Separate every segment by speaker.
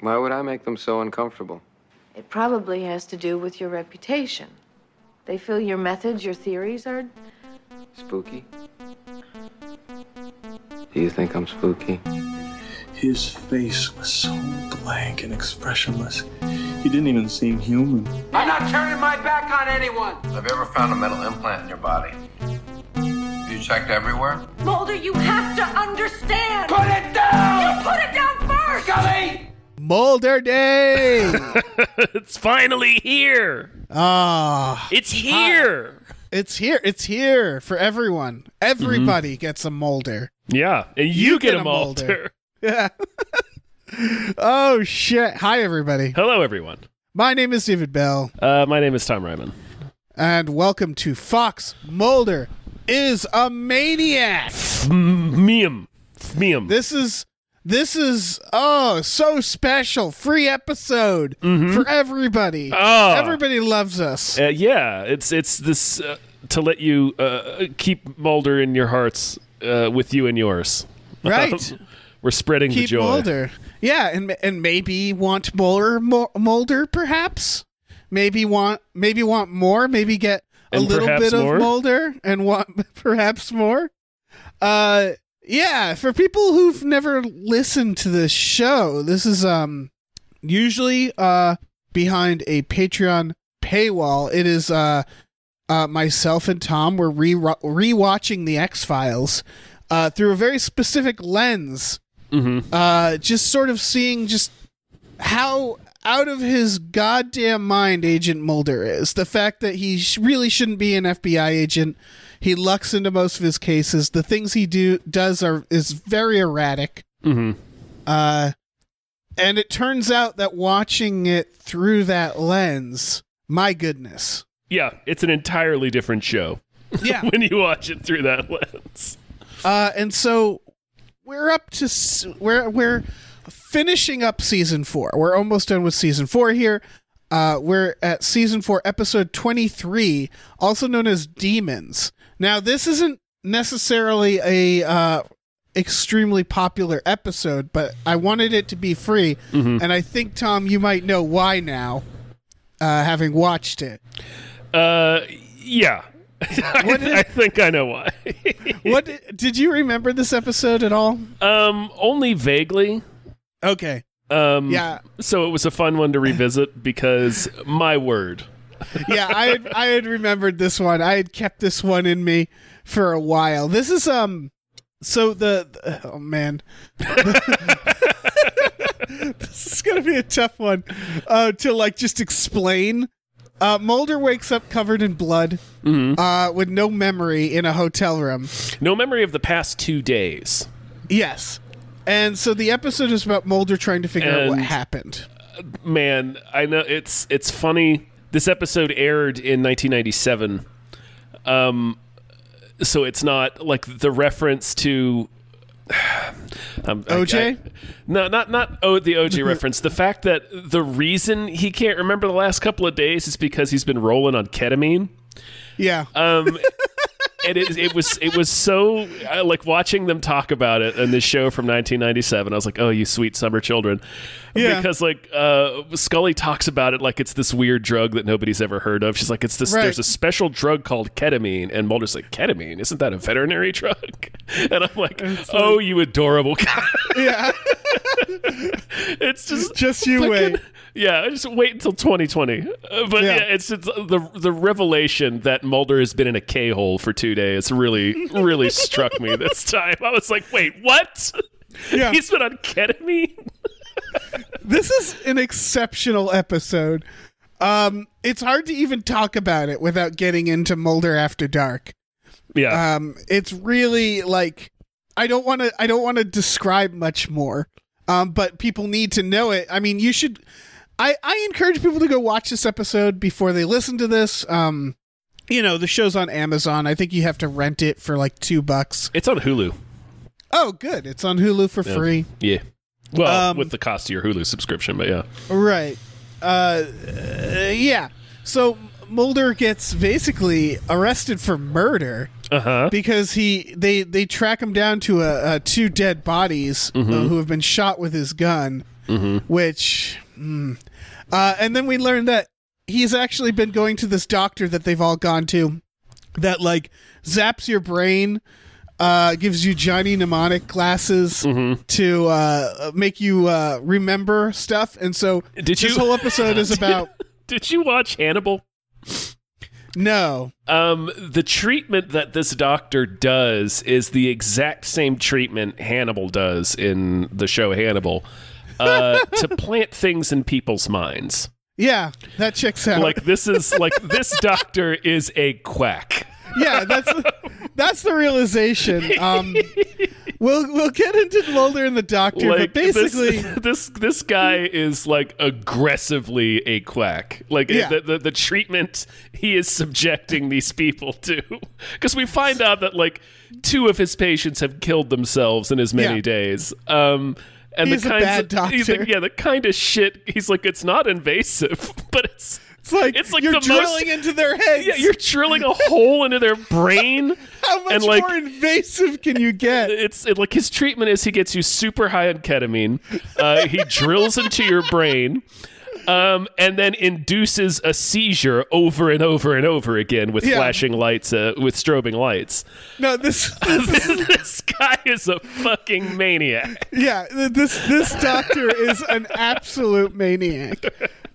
Speaker 1: Why would I make them so uncomfortable?
Speaker 2: It probably has to do with your reputation. They feel your methods, your theories are.
Speaker 1: Spooky? Do you think I'm spooky?
Speaker 3: His face was so blank and expressionless. He didn't even seem human.
Speaker 4: I'm not turning my back on anyone.
Speaker 5: Have you ever found a metal implant in your body? Have you checked everywhere?
Speaker 6: Mulder, you have to understand.
Speaker 4: Put it down!
Speaker 6: You put it down first.
Speaker 4: Scully!
Speaker 7: Mulder Day.
Speaker 8: it's finally here.
Speaker 7: Ah,
Speaker 8: It's here.
Speaker 7: it's here. It's here for everyone. Everybody gets a Mulder.
Speaker 8: Yeah, and you, get, a Mulder.
Speaker 7: Yeah. oh shit! Hi everybody.
Speaker 8: Hello, everyone.
Speaker 7: My name is David Bell,
Speaker 8: Uh, my name is Tom Ryman.
Speaker 7: and welcome to Fox Mulder is a maniac.
Speaker 8: Meme. Meme.
Speaker 7: This is this is oh so special free episode for everybody.
Speaker 8: Ah.
Speaker 7: Everybody loves us.
Speaker 8: Uh, yeah, it's it's this uh, to let you uh, keep Mulder in your hearts uh, with you and yours.
Speaker 7: Right.
Speaker 8: We're spreading the
Speaker 7: Keep
Speaker 8: joy.
Speaker 7: Mulder. Yeah, and and maybe want Mulder Mo- Mulder perhaps. Maybe want maybe want more, maybe get a
Speaker 8: And
Speaker 7: little
Speaker 8: perhaps
Speaker 7: bit
Speaker 8: more.
Speaker 7: of Mulder and want perhaps more. Uh yeah, for people who've never listened to this show, this is um usually uh behind a Patreon paywall. It is uh uh, myself and Tom were re rewatching the X Files uh, through a very specific lens.
Speaker 8: Mm-hmm,
Speaker 7: Uh, just sort of seeing just how out of his goddamn mind Agent Mulder is. The fact that he sh- really shouldn't be an FBI agent. He lucks into most of his cases. The things he do does are is very erratic.
Speaker 8: Mhm.
Speaker 7: Uh, and it turns out that watching it through that lens, my goodness,
Speaker 8: Yeah, it's an entirely different show
Speaker 7: yeah.
Speaker 8: when you watch it through that lens.
Speaker 7: Uh, and so we're up to s- we're we're finishing up season four. We're almost done with season four here. Uh, we're at season four, episode twenty three, also known as Demons. Now, this isn't necessarily a uh, extremely popular episode, but I wanted it to be free, and I think Tom, you might know why now, uh, having watched it.
Speaker 8: Uh, yeah. I, I think I know why.
Speaker 7: What did, did you remember this episode at all?
Speaker 8: um, only vaguely.
Speaker 7: Okay,
Speaker 8: Um,
Speaker 7: yeah.
Speaker 8: So it was a fun one to revisit because my word.
Speaker 7: yeah, I had, I had remembered this one. I had kept this one in me for a while. This is um so the the- oh man. this is going to be a tough one uh to like just explain. Uh Mulder wakes up covered in blood
Speaker 8: Mm-hmm.
Speaker 7: uh with no memory in a hotel room.
Speaker 8: No memory of the past two days.
Speaker 7: Yes. And so the episode is about Mulder trying to figure out what
Speaker 8: And-
Speaker 7: happened.
Speaker 8: Man, I know it's it's funny. This episode aired in 1997, um, so it's not like the reference to um, I-
Speaker 7: OJ?
Speaker 8: I- no, not not oh the OJ reference. The fact that the reason he can't remember the last couple of days is because he's been rolling on ketamine.
Speaker 7: Yeah.
Speaker 8: Um, and it, it was it was so I, like watching them talk about it in this show from 1997. I was like, oh, you sweet summer children,
Speaker 7: Yeah.
Speaker 8: because like uh, Scully talks about it like it's this weird drug that nobody's ever heard of. She's like, it's this
Speaker 7: Right.
Speaker 8: there's a special drug called ketamine, and Mulder's like, ketamine isn't that a veterinary drug? And I'm like, oh, you adorable guy.
Speaker 7: yeah.
Speaker 8: it's just
Speaker 7: Just you wait.
Speaker 8: yeah, I just wait until 2020. Uh, but
Speaker 7: Yeah.
Speaker 8: yeah, it's, it's the the revelation that Mulder has been in a K hole for two days really really struck me this time. I was like, wait, what?
Speaker 7: Yeah.
Speaker 8: He's been on ketamine.
Speaker 7: this is an exceptional episode. Um, it's hard to even talk about it without getting into Mulder After Dark.
Speaker 8: Yeah,
Speaker 7: Um, it's really like I don't want to. I don't want to describe much more. Um, but people need to know it. I mean, you should. I I encourage people to go watch this episode before they listen to this. Um, you know, the show's on Amazon. I think you have to rent it for like two bucks.
Speaker 8: it's on Hulu.
Speaker 7: Oh, good. It's on Hulu for free.
Speaker 8: Yeah. Well,
Speaker 7: Um,
Speaker 8: with the cost of your Hulu subscription, but yeah,
Speaker 7: Right. Uh, uh, yeah. So Mulder gets basically arrested for murder
Speaker 8: uh huh.
Speaker 7: because he
Speaker 8: Mm-hmm.
Speaker 7: they they track him down to a, uh two dead bodies uh, who have been shot with his gun. which, mm. uh, and then we learned that he's actually been going to this doctor that they've all gone to, that like zaps your brain, uh, gives you Johnny mnemonic glasses
Speaker 8: Mm-hmm.
Speaker 7: to uh, make you uh, remember stuff, and so
Speaker 8: Did
Speaker 7: this
Speaker 8: you-
Speaker 7: whole episode is about
Speaker 8: Did you watch Hannibal?
Speaker 7: no,
Speaker 8: Um, the treatment that this doctor does is the exact same treatment Hannibal does in the show Hannibal uh, to plant things in people's minds.
Speaker 7: yeah, that checks out.
Speaker 8: Like this is like this doctor is a quack.
Speaker 7: yeah, that's that's the realization. Um, we'll we'll get into Mulder and the Doctor,
Speaker 8: Like
Speaker 7: but basically,
Speaker 8: this, this this guy is like aggressively a quack. Like
Speaker 7: Yeah.
Speaker 8: the, the the treatment he is subjecting these people to, because we find out that like two of his patients have killed themselves in as many
Speaker 7: Yeah.
Speaker 8: days. Um, and
Speaker 7: He's
Speaker 8: the
Speaker 7: a
Speaker 8: kinds
Speaker 7: bad
Speaker 8: of, he's like,
Speaker 7: doctor.
Speaker 8: yeah, the kind of shit. He's like, it's not invasive, but it's
Speaker 7: it's like
Speaker 8: it's like
Speaker 7: you're
Speaker 8: the most-
Speaker 7: drilling into their heads.
Speaker 8: yeah, you're drilling a hole into their brain.
Speaker 7: How much
Speaker 8: and, like-
Speaker 7: more invasive can you get?
Speaker 8: it's it, like his treatment is he gets you super high on ketamine. Uh, he drills into your brain. Um, and then induces a seizure over and over and over again with
Speaker 7: Yeah.
Speaker 8: flashing lights, uh, with strobing lights.
Speaker 7: No, this,
Speaker 8: this guy is a fucking maniac.
Speaker 7: yeah, this this doctor is an absolute maniac.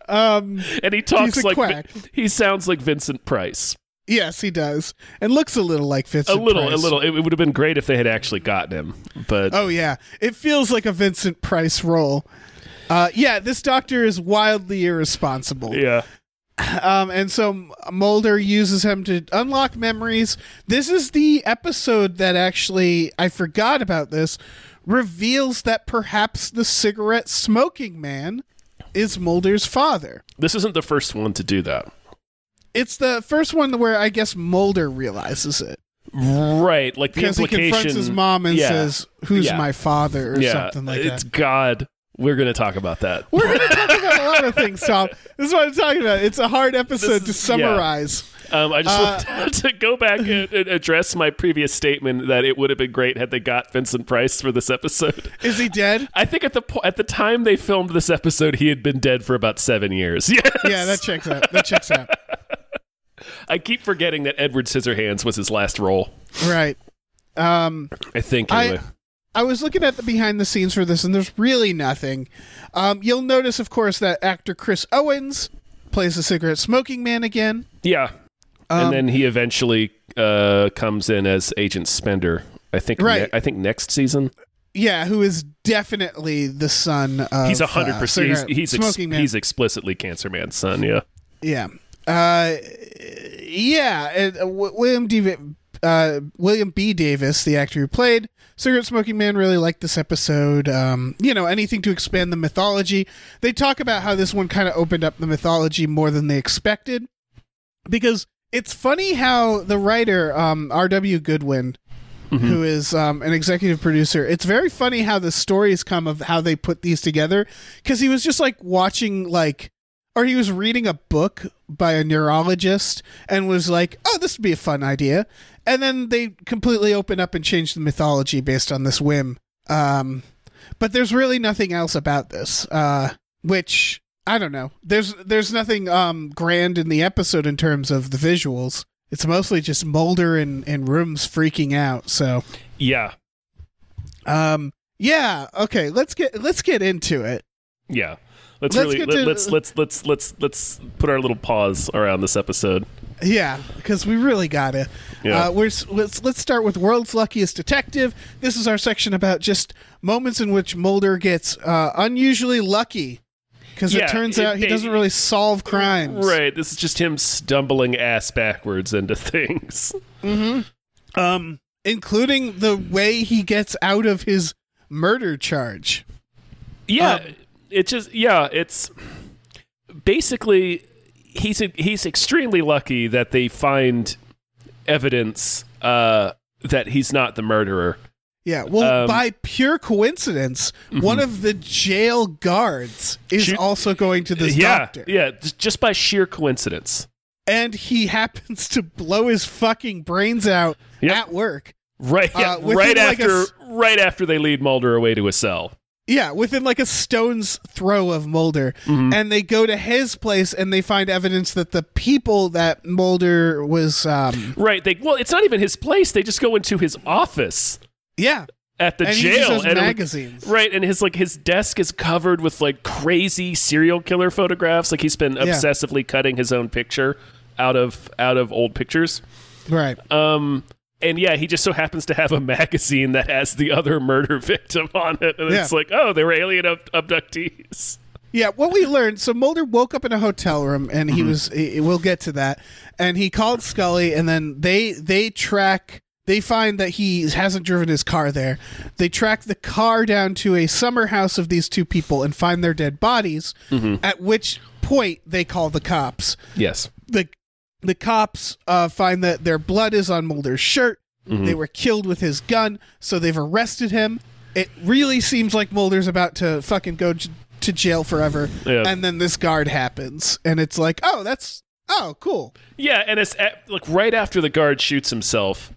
Speaker 8: And he talks
Speaker 7: He's a
Speaker 8: like
Speaker 7: quack.
Speaker 8: he sounds like Vincent Price.
Speaker 7: Yes, he does, and looks a little like
Speaker 8: A
Speaker 7: Vincent.
Speaker 8: little, a
Speaker 7: Price.
Speaker 8: little. It, it would have been great if they had actually gotten him, but
Speaker 7: Oh yeah, it feels like a Vincent Price role. Uh, yeah, this doctor is wildly irresponsible.
Speaker 8: yeah.
Speaker 7: Um, and so Mulder uses him to unlock memories. This is the episode that actually I forgot about this reveals that perhaps the cigarette smoking man is Mulder's father.
Speaker 8: This isn't the first one to do that.
Speaker 7: It's the first one where I guess Mulder realizes it
Speaker 8: Right, like the
Speaker 7: because he
Speaker 8: implication.
Speaker 7: confronts his mom and
Speaker 8: Yeah.
Speaker 7: says, "Who's
Speaker 8: Yeah.
Speaker 7: my father?" or something like
Speaker 8: it's
Speaker 7: that.
Speaker 8: God. We're gonna talk about that.
Speaker 7: We're going to talk about a lot of things, Tom. This is what I'm talking about. It's a hard episode to
Speaker 8: is- yeah.
Speaker 7: summarize.
Speaker 8: Um, I
Speaker 7: Uh,
Speaker 8: just want to go back and, and address my previous statement that it would have been great had they got Vincent Price for this episode.
Speaker 7: Is he dead?
Speaker 8: I think at the po- at the time they filmed this episode, he had been dead for about seven years. Yes.
Speaker 7: Yeah, that checks out. That checks out.
Speaker 8: I keep forgetting that Edward Scissorhands was his last role.
Speaker 7: Right. Um,
Speaker 8: I think
Speaker 7: I-
Speaker 8: anyway.
Speaker 7: I was looking at the behind the scenes for this, and there's really nothing. Um, you'll notice, of course, that actor Chris Owens plays the cigarette smoking man again.
Speaker 8: yeah, and
Speaker 7: Um,
Speaker 8: then he eventually uh, comes in as Agent Spender. I think.
Speaker 7: Right.
Speaker 8: ne- I think next season.
Speaker 7: Yeah, who is definitely the son of.
Speaker 8: He's
Speaker 7: uh,
Speaker 8: a hundred percent. He's
Speaker 7: cigarette
Speaker 8: he's, ex-
Speaker 7: smoking man.
Speaker 8: he's explicitly Cancer Man's son. Yeah.
Speaker 7: yeah. Uh, yeah. And, uh, Wi- William D. Uh, William B. Davis, the actor who played Cigarette Smoking Man, really liked this episode. Um, you know, anything to expand the mythology. They talk about how this one kind of opened up the mythology more than they expected. because it's funny how the writer um, R.W. Goodwin, who is um, an executive producer, it's very funny how the stories come of how they put these together. Because he was just like watching like, or he was reading a book by a neurologist and was like, "Oh, this would be a fun idea," and then they completely open up and change the mythology based on this whim. Um, but there's really nothing else about this uh which i don't know there's there's nothing um grand in the episode in terms of the visuals it's mostly just Mulder and, and rooms freaking out so
Speaker 8: Yeah.
Speaker 7: um yeah okay let's get let's get into it
Speaker 8: Yeah. Let's,
Speaker 7: Let's
Speaker 8: really
Speaker 7: get
Speaker 8: let,
Speaker 7: to-
Speaker 8: let's let's let's let's let's put our little pause around this episode.
Speaker 7: yeah because we really gotta
Speaker 8: Yeah.
Speaker 7: uh we're s- let's let's start with world's luckiest detective this is our section about just moments in which Mulder gets uh unusually lucky because
Speaker 8: Yeah,
Speaker 7: it turns
Speaker 8: it-
Speaker 7: out he
Speaker 8: they-
Speaker 7: doesn't really solve crimes
Speaker 8: Right. This is just him stumbling ass backwards into things.
Speaker 7: um, including the way he gets out of his murder charge.
Speaker 8: Yeah.
Speaker 7: Um,
Speaker 8: it just yeah, it's basically he's he's extremely lucky that they find evidence uh that he's not the murderer.
Speaker 7: Yeah, well,
Speaker 8: Um, mm-hmm.
Speaker 7: by pure coincidence, one of the jail guards is
Speaker 8: Shoot-
Speaker 7: also going to this
Speaker 8: yeah.
Speaker 7: doctor,
Speaker 8: Yeah, j- just by sheer coincidence.
Speaker 7: and he happens to blow his fucking brains out
Speaker 8: Yep.
Speaker 7: at work.
Speaker 8: Right, yeah,
Speaker 7: Uh, within,
Speaker 8: right
Speaker 7: like, a
Speaker 8: after
Speaker 7: s-
Speaker 8: right after they lead Mulder away to a cell.
Speaker 7: Yeah, within like a stone's throw of Mulder. And they go to his place and they find evidence that the people that Mulder was um
Speaker 8: Right. They well, it's not even his place. They just go into his office
Speaker 7: yeah,
Speaker 8: at the
Speaker 7: And he
Speaker 8: jail
Speaker 7: just has
Speaker 8: and
Speaker 7: magazines.
Speaker 8: Right, and his like his desk is covered with like crazy serial killer photographs. Like he's been obsessively cutting his own picture out of out of old pictures.
Speaker 7: right.
Speaker 8: Um and yeah, he just so happens to have a magazine that has the other murder victim on it and it's
Speaker 7: Yeah.
Speaker 8: like, "Oh, they were alien ab- abductees."
Speaker 7: Yeah, what we learned. So Mulder woke up in a hotel room, and he was. eh, We'll get to that. And he called Scully, and then they they track. They find that he hasn't driven his car there. They track the car down to a summer house of these two people and find their dead bodies. At which point they call the cops.
Speaker 8: Yes.
Speaker 7: the The cops uh, find that their blood is on Mulder's shirt.
Speaker 8: Mm-hmm.
Speaker 7: They were killed with his gun, so they've arrested him. It really seems like Mulder's about to fucking go j- to jail forever.
Speaker 8: Yeah.
Speaker 7: And then this guard happens, and it's like, oh, that's oh, cool.
Speaker 8: Yeah, and it's at, like right after the guard shoots himself,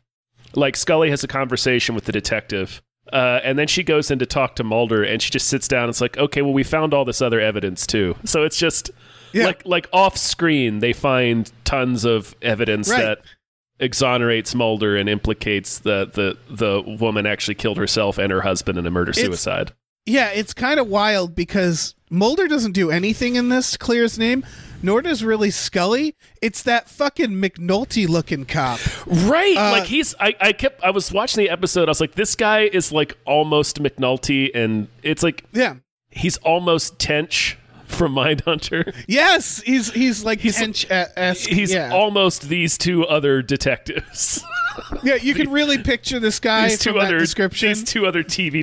Speaker 8: like Scully has a conversation with the detective, uh, and then she goes in to talk to Mulder, and she just sits down. And it's like, okay, well, we found all this other evidence too. So it's just
Speaker 7: Yeah.
Speaker 8: like like off screen, they find tons of evidence
Speaker 7: Right.
Speaker 8: that exonerates Mulder and implicates the the the woman actually killed herself and her husband in a murder suicide.
Speaker 7: Yeah, it's kind of wild because Mulder doesn't do anything in this to clear his name, nor does really Scully. It's that fucking McNulty looking cop.
Speaker 8: Right. like he's I, I kept I was watching the episode, I was like, this guy is like almost McNulty and it's like
Speaker 7: Yeah.
Speaker 8: he's almost Tench from Mindhunter.
Speaker 7: Yes, he's he's like
Speaker 8: He's-
Speaker 7: tench esque.
Speaker 8: He's
Speaker 7: yeah.
Speaker 8: almost these two other detectives.
Speaker 7: yeah, you can really picture this guy
Speaker 8: these two
Speaker 7: from
Speaker 8: other
Speaker 7: that description.
Speaker 8: These two other TV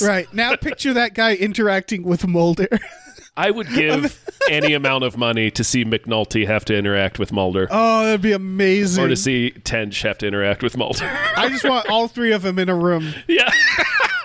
Speaker 7: Right. Now picture that guy interacting with Mulder.
Speaker 8: I would give any amount of money to see McNulty have to interact with Mulder.
Speaker 7: Oh, that'd be amazing.
Speaker 8: Or to see Tench have to interact with Mulder.
Speaker 7: I just want all three of them in a room.
Speaker 8: yeah.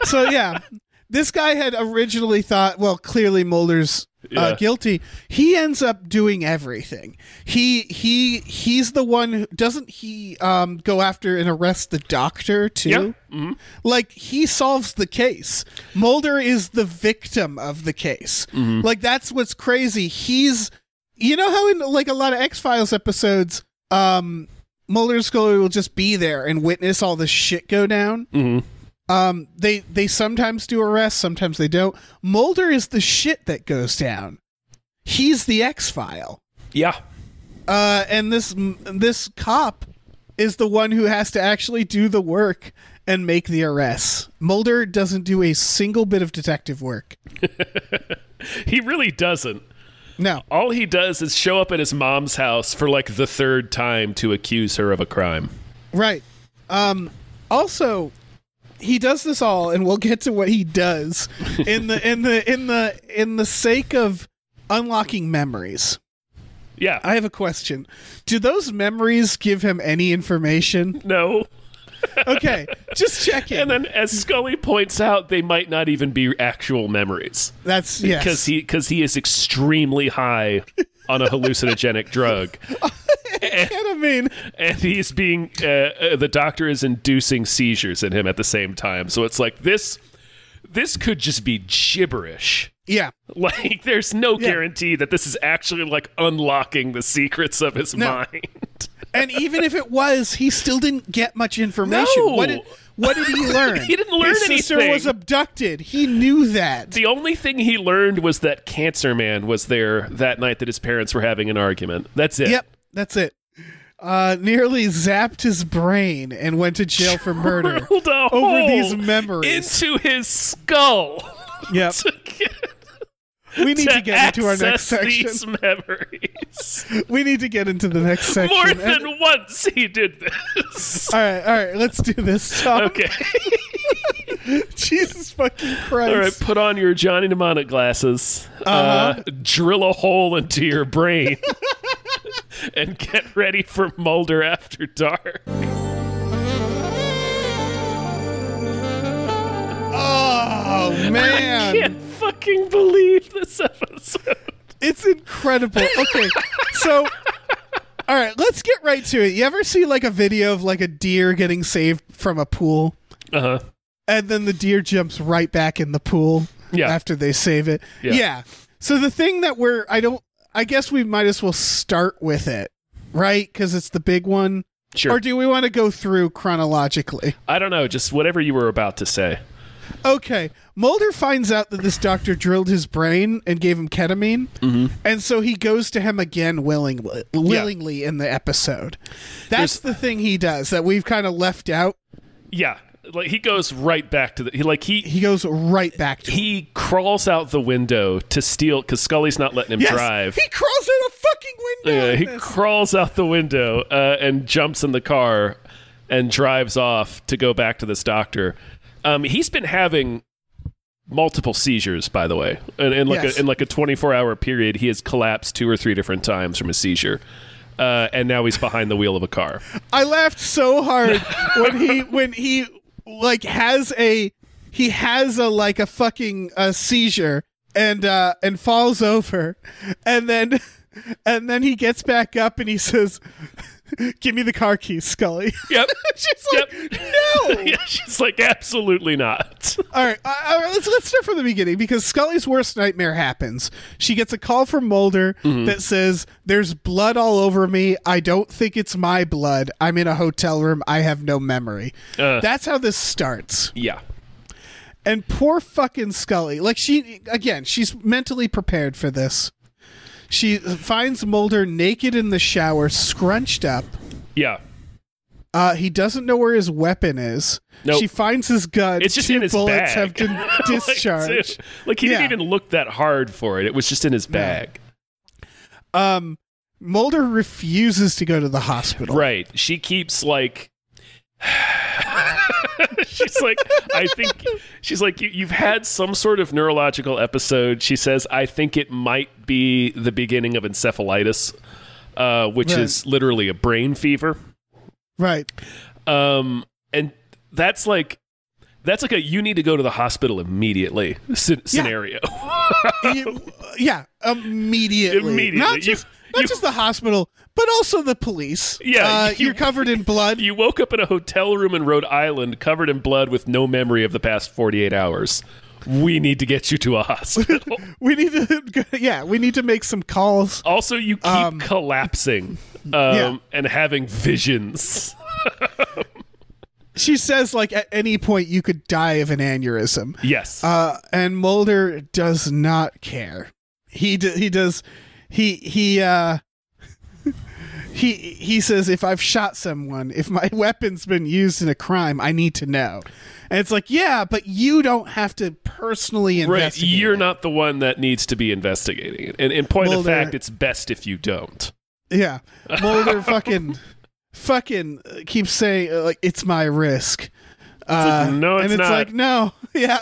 Speaker 7: So yeah. This guy had originally thought, well, clearly Mulder's uh,
Speaker 8: Yeah.
Speaker 7: guilty. He ends up doing everything. He he he's the one who doesn't he um, go after and arrest the doctor too?
Speaker 8: Yeah. Mhm.
Speaker 7: Like he solves the case. Mulder is the victim of the case. Like that's what's crazy. He's you know how in like a lot of X Files episodes, um, Mulder and Scully will just be there and witness all this shit go down. Um, they they sometimes do arrests, sometimes they don't. Mulder is the shit that goes down. He's the X file,
Speaker 8: Yeah.
Speaker 7: uh, and this this cop is the one who has to actually do the work and make the arrests. Mulder doesn't do a single bit of detective work.
Speaker 8: He really doesn't.
Speaker 7: No,
Speaker 8: All he does is show up at his mom's house for like the third time to accuse her of a crime.
Speaker 7: Right. Um also he does this all and we'll get to what he does in the in the in the in the sake of unlocking memories.
Speaker 8: Yeah.
Speaker 7: I have a question. Do those memories give him any information?
Speaker 8: no.
Speaker 7: Okay, just check it.
Speaker 8: And then, as Scully points out, they might not even be actual memories
Speaker 7: That's yes.
Speaker 8: because he because he is extremely high on a hallucinogenic drug,
Speaker 7: Ketamine.
Speaker 8: and he's being uh, uh, the doctor is inducing seizures in him at the same time. So it's like this this could just be gibberish.
Speaker 7: Yeah.
Speaker 8: Like, there's no
Speaker 7: Yeah.
Speaker 8: guarantee that this is actually like unlocking the secrets of his
Speaker 7: No.
Speaker 8: mind.
Speaker 7: And even if it was, he still didn't get much information.
Speaker 8: No.
Speaker 7: What did what did he learn?
Speaker 8: He didn't learn
Speaker 7: His sister
Speaker 8: anything.
Speaker 7: was abducted. He knew that.
Speaker 8: The only thing he learned was that Cancer Man was there that night that his parents were having an argument. That's it.
Speaker 7: Yep, that's it. Uh, nearly zapped his brain and went to jail for murder
Speaker 8: drilled a
Speaker 7: over
Speaker 8: hole
Speaker 7: these memories.
Speaker 8: into his skull.
Speaker 7: Yep,
Speaker 8: to get,
Speaker 7: we need to,
Speaker 8: to
Speaker 7: get into our next
Speaker 8: access
Speaker 7: section.
Speaker 8: these memories.
Speaker 7: We need to get into the next section.
Speaker 8: More
Speaker 7: And-
Speaker 8: than once he did this.
Speaker 7: all right, all right, let's do this. Tom.
Speaker 8: Okay.
Speaker 7: Jesus fucking Christ!
Speaker 8: All right. Put on your Johnny Mnemonic glasses.
Speaker 7: Uh-huh.
Speaker 8: uh drill a hole into your brain. and get ready for Mulder after dark.
Speaker 7: Oh man,
Speaker 8: Can't fucking believe this episode.
Speaker 7: it's incredible. Okay, so. All right, let's get right to it. You ever see like a video of like a deer getting saved from a pool?
Speaker 8: Uh huh.
Speaker 7: and then the deer jumps right back in the pool
Speaker 8: Yeah.
Speaker 7: after they save it.
Speaker 8: Yeah.
Speaker 7: So the thing that we're I don't I guess we might as well start with it, right? Cuz it's the big one.
Speaker 8: Sure.
Speaker 7: Or do we want to go through chronologically?
Speaker 8: I don't know, just whatever you were about to say.
Speaker 7: Okay. Mulder finds out that this doctor drilled his brain and gave him ketamine.
Speaker 8: Mm-hmm.
Speaker 7: And so he goes to him again willingly, willingly in the episode. That's the thing he does that we've kind of left out.
Speaker 8: Yeah, like he goes right back to the he like he
Speaker 7: He goes right back to
Speaker 8: he crawls out the window to steal because Scully's not letting him
Speaker 7: Yes,
Speaker 8: drive.
Speaker 7: He crawls out a fucking window.
Speaker 8: Yeah,
Speaker 7: in
Speaker 8: he
Speaker 7: this.
Speaker 8: crawls out the window uh, and jumps in the car and drives off to go back to this doctor. Um, he's been having multiple seizures, by the way, and in like
Speaker 7: Yes.
Speaker 8: a, in like a 24 hour period, he has collapsed two or three different times from a seizure. Uh, and now he's behind the wheel of a car.
Speaker 7: I laughed so hard when he when he like has a he has a like a fucking uh, seizure and uh and falls over and then and then he gets back up and he says give me the car keys Scully
Speaker 8: Yep.
Speaker 7: she's like no
Speaker 8: Yeah, she's like, absolutely not.
Speaker 7: all right, uh, all right let's, let's start from the beginning because Scully's worst nightmare happens. She gets a call from Mulder
Speaker 8: Mm-hmm.
Speaker 7: that says, There's blood all over me. I don't think it's my blood. I'm in a hotel room. I have no memory.
Speaker 8: Uh.
Speaker 7: That's how this starts.
Speaker 8: Yeah.
Speaker 7: And poor fucking Scully. Like, she, again, she's mentally prepared for this. She finds Mulder naked in the shower, scrunched up.
Speaker 8: Yeah.
Speaker 7: Uh, he doesn't know where his weapon is.
Speaker 8: Nope.
Speaker 7: She finds his gun.
Speaker 8: It's just
Speaker 7: Two
Speaker 8: in his
Speaker 7: bullets
Speaker 8: bag.
Speaker 7: have been
Speaker 8: Like,
Speaker 7: discharged.
Speaker 8: dude, like he
Speaker 7: Yeah.
Speaker 8: didn't even look that hard for it. It was just in his bag.
Speaker 7: Um, Mulder refuses to go to the hospital.
Speaker 8: Right. She keeps like she's like I think she's like you, you've had some sort of neurological episode. She says I think it might be the beginning of encephalitis, uh, which
Speaker 7: Right.
Speaker 8: is literally a brain fever.
Speaker 7: Right.
Speaker 8: Um, and that's like that's like a you need to go to the hospital immediately sce- scenario.
Speaker 7: You- yeah. Immediately.
Speaker 8: Immediately.
Speaker 7: Not
Speaker 8: You-
Speaker 7: just, not
Speaker 8: you-
Speaker 7: just the hospital, but also the police.
Speaker 8: Yeah,
Speaker 7: Uh,
Speaker 8: you-
Speaker 7: you, are covered in blood.
Speaker 8: you woke up in a hotel room in Rhode Island covered in blood with no memory of the past 48 hours. We need to get you to a hospital.
Speaker 7: we need to. Yeah. We need to make some calls.
Speaker 8: also, you keep
Speaker 7: Um,
Speaker 8: collapsing um,
Speaker 7: yeah.
Speaker 8: and having visions.
Speaker 7: She says, like, at any point you could die of an aneurysm.
Speaker 8: Yes.
Speaker 7: Uh, and Mulder does not care. He d- he does he he uh he he says if I've shot someone, if my weapon's been used in a crime, I need to know. And it's like, yeah, but you don't have to personally
Speaker 8: right.
Speaker 7: investigate.
Speaker 8: You're
Speaker 7: it.
Speaker 8: not the one that needs to be investigating it. And in point
Speaker 7: Well,
Speaker 8: of
Speaker 7: there-
Speaker 8: fact, it's best if you don't.
Speaker 7: Yeah, Mulder fucking fucking uh, keeps saying uh, like it's my risk. Uh,
Speaker 8: no, it's
Speaker 7: and it's
Speaker 8: not.
Speaker 7: like no, yeah,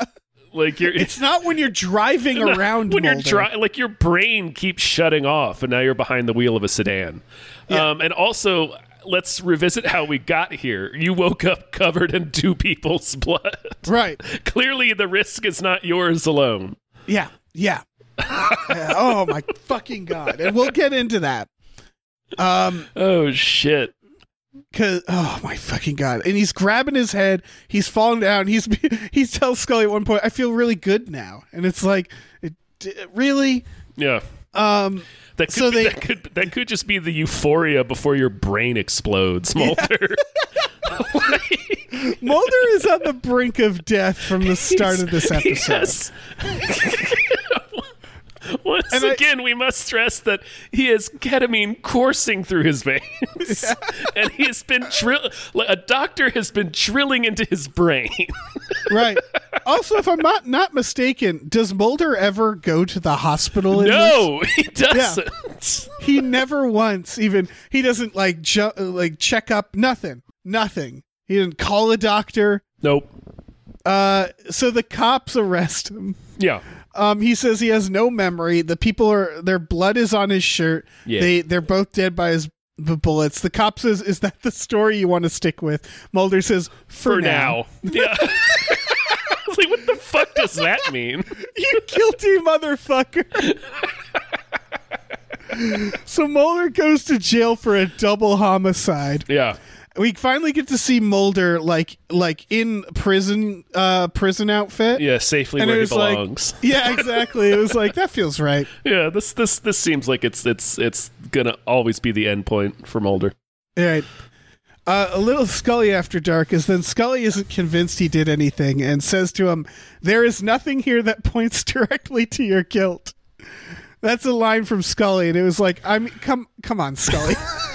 Speaker 8: Like you're.
Speaker 7: it's not when you're driving around.
Speaker 8: when you're
Speaker 7: Mulder.
Speaker 8: dri- like your brain keeps shutting off and now you're behind the wheel of a sedan um, and also let's revisit how we got here you woke up covered in two people's blood
Speaker 7: right?
Speaker 8: clearly the risk is not yours alone
Speaker 7: Yeah, yeah. Yeah, oh my fucking god! And we'll get into that. Um,
Speaker 8: oh shit
Speaker 7: cause oh my fucking god! And he's grabbing his head. He's falling down. He's he tells Scully at one point, "I feel really good now," and it's like, it, d- really?
Speaker 8: yeah
Speaker 7: Um,
Speaker 8: that could,
Speaker 7: So
Speaker 8: be-
Speaker 7: they-
Speaker 8: that could that could just be the euphoria before your brain explodes Mulder.
Speaker 7: Mulder is on the brink of death from the start of this episode.
Speaker 8: Yes. Once
Speaker 7: And I-
Speaker 8: again, we must stress that he has ketamine coursing through his veins, and he has been drill. Like, a doctor has been drilling into his brain.
Speaker 7: Right. Also, if I'm not not mistaken, does Mulder ever go to the hospital? In this?
Speaker 8: no, he doesn't.
Speaker 7: he never once even he doesn't like ju- like check up nothing nothing he didn't call a doctor
Speaker 8: Nope.
Speaker 7: uh so the cops arrest him
Speaker 8: Yeah.
Speaker 7: um he says he has no memory the people are their blood is on his shirt
Speaker 8: Yeah.
Speaker 7: they they're both dead by his b- bullets the cop says is that the story you want to stick with mulder says for,
Speaker 8: For now. Yeah. I was like, what the fuck does that mean?
Speaker 7: you guilty motherfucker so mulder goes to jail for a double homicide
Speaker 8: Yeah.
Speaker 7: we finally get to see Mulder like like in prison uh prison outfit.
Speaker 8: Yeah, safely
Speaker 7: And
Speaker 8: where
Speaker 7: it was
Speaker 8: he
Speaker 7: like-
Speaker 8: belongs.
Speaker 7: Yeah, exactly. It was like that feels right.
Speaker 8: yeah, this this this seems like it's it's it's gonna always be the end point for Mulder.
Speaker 7: All right. Uh, a little Scully after dark is then Scully isn't convinced he did anything and says to him, "There is nothing here that points directly to your guilt." That's a line from Scully, and it was like, "I'm come come on, Scully."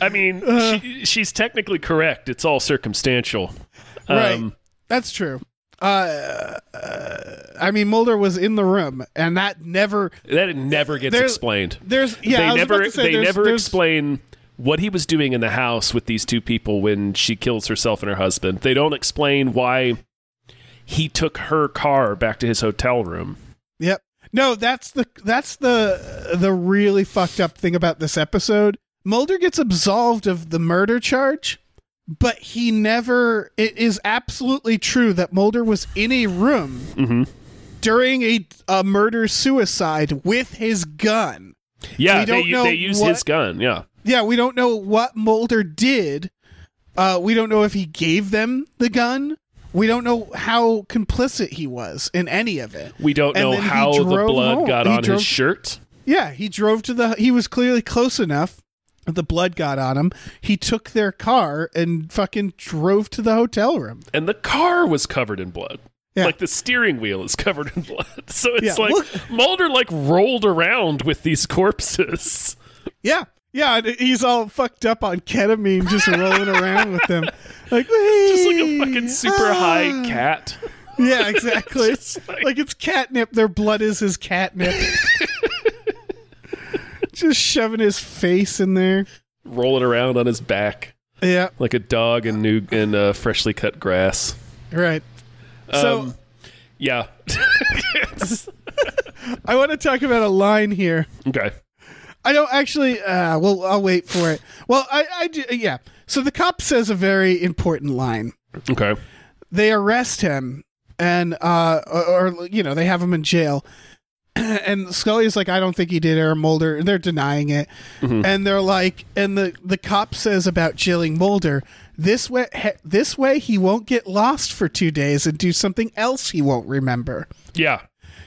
Speaker 8: I mean,
Speaker 7: Uh-huh.
Speaker 8: she, she's technically correct. It's all circumstantial.
Speaker 7: right.
Speaker 8: Um,
Speaker 7: That's true. Uh, uh, I mean, Mulder was in the room, and that never
Speaker 8: That never gets
Speaker 7: There-
Speaker 8: explained.
Speaker 7: There's yeah. I
Speaker 8: they
Speaker 7: was about
Speaker 8: never
Speaker 7: to say,
Speaker 8: they
Speaker 7: there's-
Speaker 8: never
Speaker 7: there's-
Speaker 8: explain what he was doing in the house with these two people when she kills herself and her husband. They don't explain why he took her car back to his hotel room.
Speaker 7: Yep. No, that's the that's the the really fucked up thing about this episode. Mulder gets absolved of the murder charge, but he never. It is absolutely true that Mulder was in a room
Speaker 8: Mm-hmm.
Speaker 7: during a, a murder suicide with his gun.
Speaker 8: Yeah,
Speaker 7: We don't
Speaker 8: they,
Speaker 7: know
Speaker 8: they use
Speaker 7: what-
Speaker 8: his gun. Yeah.
Speaker 7: Yeah, we don't know what Mulder did. Uh, we don't know if he gave them the gun. We don't know how complicit he was in any of it.
Speaker 8: We don't
Speaker 7: And
Speaker 8: know
Speaker 7: then he
Speaker 8: how the
Speaker 7: drove
Speaker 8: blood
Speaker 7: home.
Speaker 8: got
Speaker 7: He
Speaker 8: on
Speaker 7: drove-
Speaker 8: his shirt.
Speaker 7: Yeah, he drove to the. He was clearly close enough. The blood got on him. He took their car and fucking drove to the hotel room.
Speaker 8: and the car was covered in blood.
Speaker 7: Yeah.
Speaker 8: Like the steering wheel is covered in blood. So it's
Speaker 7: Yeah,
Speaker 8: like
Speaker 7: look-
Speaker 8: Mulder like rolled around with these corpses.
Speaker 7: Yeah, yeah. And he's all fucked up on ketamine, just rolling around with them, like ah."
Speaker 8: Just like a fucking super high cat.
Speaker 7: Yeah, exactly.
Speaker 8: Just like-
Speaker 7: like, it's catnip. Their blood is his catnip. Just shoving his face in there.
Speaker 8: Rolling around on his back
Speaker 7: Yeah,
Speaker 8: like a dog in new in uh, freshly cut grass.
Speaker 7: right. So
Speaker 8: Um, Yeah.
Speaker 7: I want to talk about a line here.
Speaker 8: okay.
Speaker 7: I don't actually. Uh, well, I'll wait for it. Well, I, I do, yeah. So the cop says a very important line.
Speaker 8: Okay.
Speaker 7: They arrest him, and uh, or, or you know they have him in jail. and Scully is like, I don't think he did, or Mulder. And they're denying it,
Speaker 8: Mm-hmm.
Speaker 7: and they're like, and the the cop says about jailing Mulder. This way, he, this way, he won't get lost for two days and do something else he won't remember.
Speaker 8: Yeah.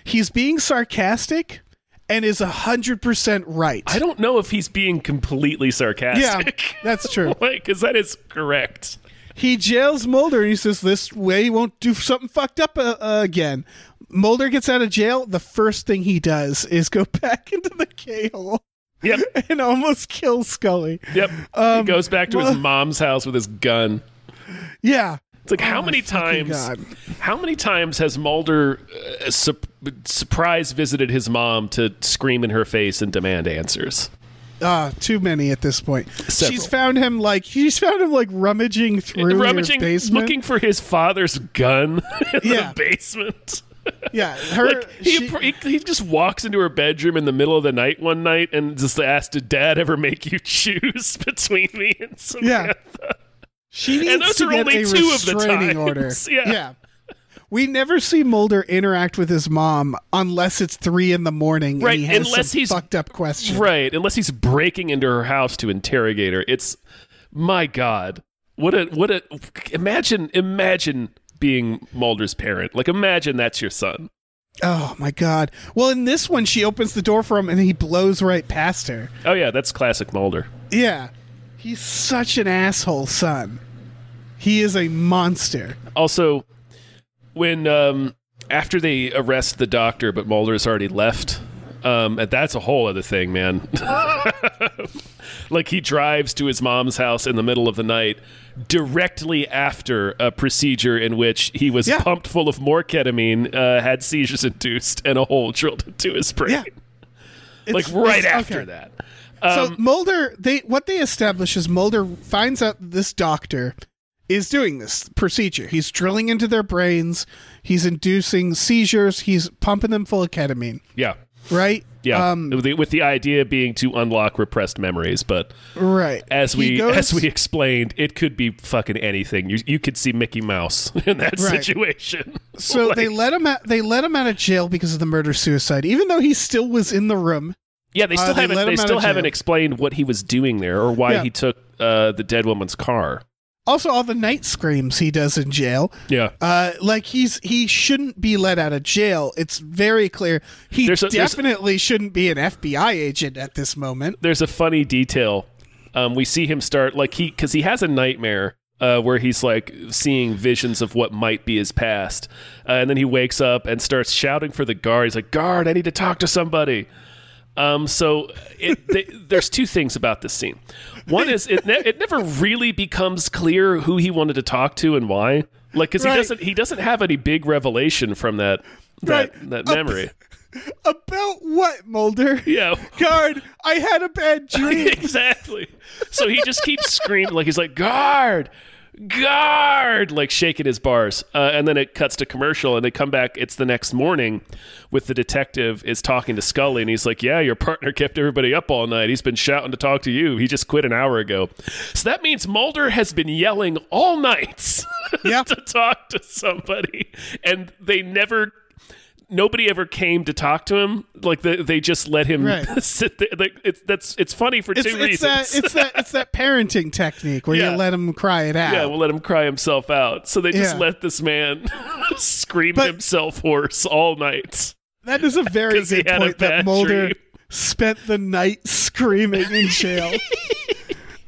Speaker 7: He's being sarcastic, and is hundred percent right.
Speaker 8: I don't know if he's being completely
Speaker 7: Yeah,
Speaker 8: sarcastic.
Speaker 7: that's true.
Speaker 8: like, because that is correct.
Speaker 7: He jails Mulder and he says, This way he won't do something fucked up uh, uh, again. Mulder gets out of jail. The first thing he does is go back into the K hole
Speaker 8: Yep.
Speaker 7: and almost kill Scully.
Speaker 8: Yep. he
Speaker 7: Um,
Speaker 8: goes back to
Speaker 7: well-
Speaker 8: his mom's house with his gun.
Speaker 7: Yeah.
Speaker 8: It's like how many
Speaker 7: Oh, fucking
Speaker 8: times?
Speaker 7: God.
Speaker 8: How many times has Mulder uh, sup- surprise visited his mom to scream in her face and demand answers?
Speaker 7: Uh, too many at this point.
Speaker 8: Several.
Speaker 7: She's found him like she's found him like rummaging through
Speaker 8: Rummaging,
Speaker 7: her basement.
Speaker 8: looking for his father's gun in
Speaker 7: Yeah.
Speaker 8: the basement.
Speaker 7: yeah, her.
Speaker 8: Like he,
Speaker 7: she-
Speaker 8: pr- he, he just walks into her bedroom in the middle of the night one night and just asks, "Did Dad ever make you choose between me and
Speaker 7: Yeah.
Speaker 8: Samantha?"
Speaker 7: She needs
Speaker 8: those
Speaker 7: to
Speaker 8: are
Speaker 7: get
Speaker 8: only
Speaker 7: a
Speaker 8: two of the
Speaker 7: restraining
Speaker 8: times.
Speaker 7: order.
Speaker 8: Yeah.
Speaker 7: We never see Mulder interact with his mom unless it's three in the morning.
Speaker 8: Right,
Speaker 7: and he has
Speaker 8: unless
Speaker 7: some
Speaker 8: he's-
Speaker 7: fucked up question.
Speaker 8: Right, unless he's breaking into her house to interrogate her. It's my God. What a what a imagine imagine being Mulder's parent. Like imagine that's your son.
Speaker 7: Oh my god. Well, in this one, she opens the door for him and he blows right past her.
Speaker 8: Oh yeah, that's classic Mulder.
Speaker 7: Yeah, he's such an asshole son. He is a monster.
Speaker 8: Also, when um after they arrest the doctor, but Mulder's already left. Um, and that's a whole other thing, man. like he drives to his mom's house in the middle of the night directly after a procedure in which he was
Speaker 7: Yeah.
Speaker 8: pumped full of more ketamine uh, had seizures induced and a hole drilled into his brain
Speaker 7: Yeah.
Speaker 8: like
Speaker 7: It's-
Speaker 8: right
Speaker 7: it's-
Speaker 8: after
Speaker 7: okay.
Speaker 8: that Um,
Speaker 7: so Mulder, they what they establish is Mulder finds out this doctor is doing this procedure. He's drilling into their brains. He's inducing seizures. He's pumping them full of ketamine.
Speaker 8: yeah
Speaker 7: Right.
Speaker 8: yeah
Speaker 7: Um,
Speaker 8: with, the, with the idea being to unlock repressed memories but
Speaker 7: right.
Speaker 8: as
Speaker 7: He
Speaker 8: we
Speaker 7: goes-
Speaker 8: as we explained it could be fucking anything you, you could see mickey mouse in that
Speaker 7: Right.
Speaker 8: situation
Speaker 7: So
Speaker 8: Like-
Speaker 7: they let him out. They let him out of jail because of the murder suicide, even though he still was in the room.
Speaker 8: Yeah, they
Speaker 7: Uh,
Speaker 8: still
Speaker 7: they
Speaker 8: haven't.
Speaker 7: let
Speaker 8: They
Speaker 7: him out
Speaker 8: still
Speaker 7: of
Speaker 8: haven't
Speaker 7: jail.
Speaker 8: explained what he was doing there or why
Speaker 7: Yeah.
Speaker 8: he took uh, the dead woman's car.
Speaker 7: Also, all the night screams he does in jail.
Speaker 8: Yeah.
Speaker 7: Uh, like he's he shouldn't be let out of jail. It's very clear he
Speaker 8: There's a- there's-
Speaker 7: definitely shouldn't be an FBI agent at this moment.
Speaker 8: there's a funny detail. Um, we see him start like he because he has a nightmare uh, where he's like seeing visions of what might be his past, uh, and then he wakes up and starts shouting for the guard. He's like, "Guard, I need to talk to somebody." Um, so it, they, there's two things about this scene. One is it, ne- it never really becomes clear who he wanted to talk to and why. Like, because
Speaker 7: Right.
Speaker 8: he doesn't he doesn't have any big revelation from that that
Speaker 7: Right.
Speaker 8: that
Speaker 7: Up-
Speaker 8: memory.
Speaker 7: About what, Mulder?
Speaker 8: yeah.
Speaker 7: Guard, I had a bad dream.
Speaker 8: exactly. So he just keeps screaming like he's like guard, guard, like shaking his bars. Uh, and then it cuts to commercial, and they come back. It's the next morning, with the detective is talking to Scully, and he's like, "Yeah, your partner kept everybody up all night. He's been shouting to talk to you. He just quit an hour ago. So that means Mulder has been yelling all night
Speaker 7: Yeah.
Speaker 8: to talk to somebody, and they never." Nobody ever came to talk to him. Like they, they just let him
Speaker 7: Right.
Speaker 8: sit there. Like it's that's it's funny for
Speaker 7: It's,
Speaker 8: two
Speaker 7: it's
Speaker 8: reasons.
Speaker 7: that it's that it's that parenting technique where
Speaker 8: Yeah.
Speaker 7: you let him cry it out.
Speaker 8: yeah, we'll let him cry himself out. So they just
Speaker 7: Yeah.
Speaker 8: let this man scream
Speaker 7: But-
Speaker 8: himself hoarse all night.
Speaker 7: that is a very
Speaker 8: 'Cause he
Speaker 7: good
Speaker 8: had a
Speaker 7: point that
Speaker 8: bad
Speaker 7: Mulder
Speaker 8: dream.
Speaker 7: spent the night screaming in jail.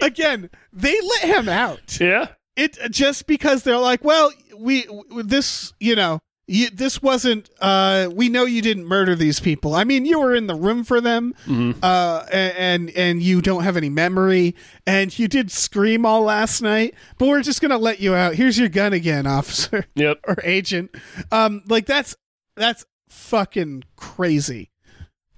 Speaker 7: Again, they let him out.
Speaker 8: Yeah,
Speaker 7: it just because they're like, well, we w- this you know you, this wasn't uh we know you didn't murder these people. I mean, you were in the room for them,
Speaker 8: Mm-hmm.
Speaker 7: uh, a- and and you don't have any memory, and you did scream all last night. But we're just gonna let you out. Here's your gun again, officer
Speaker 8: yep.
Speaker 7: or agent. Um, like that's that's fucking crazy.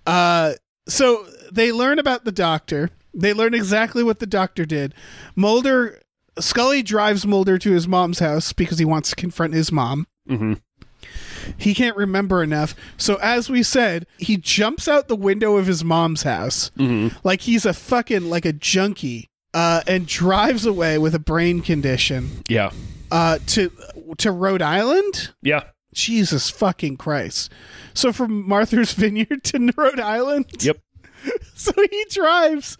Speaker 7: Uh, so they learn about the doctor. They learn exactly what the doctor did. Mulder, Scully drives Mulder to his mom's house because he wants to confront his mom.
Speaker 8: hmm
Speaker 7: He can't remember enough. So as we said, he jumps out the window of his mom's house
Speaker 8: hmm
Speaker 7: like he's a fucking like a junkie. Uh, and drives away with a brain condition
Speaker 8: Yeah,
Speaker 7: uh, to to Rhode Island.
Speaker 8: yeah,
Speaker 7: Jesus fucking Christ. So from Martha's Vineyard to Rhode Island.
Speaker 8: Yep.
Speaker 7: So he drives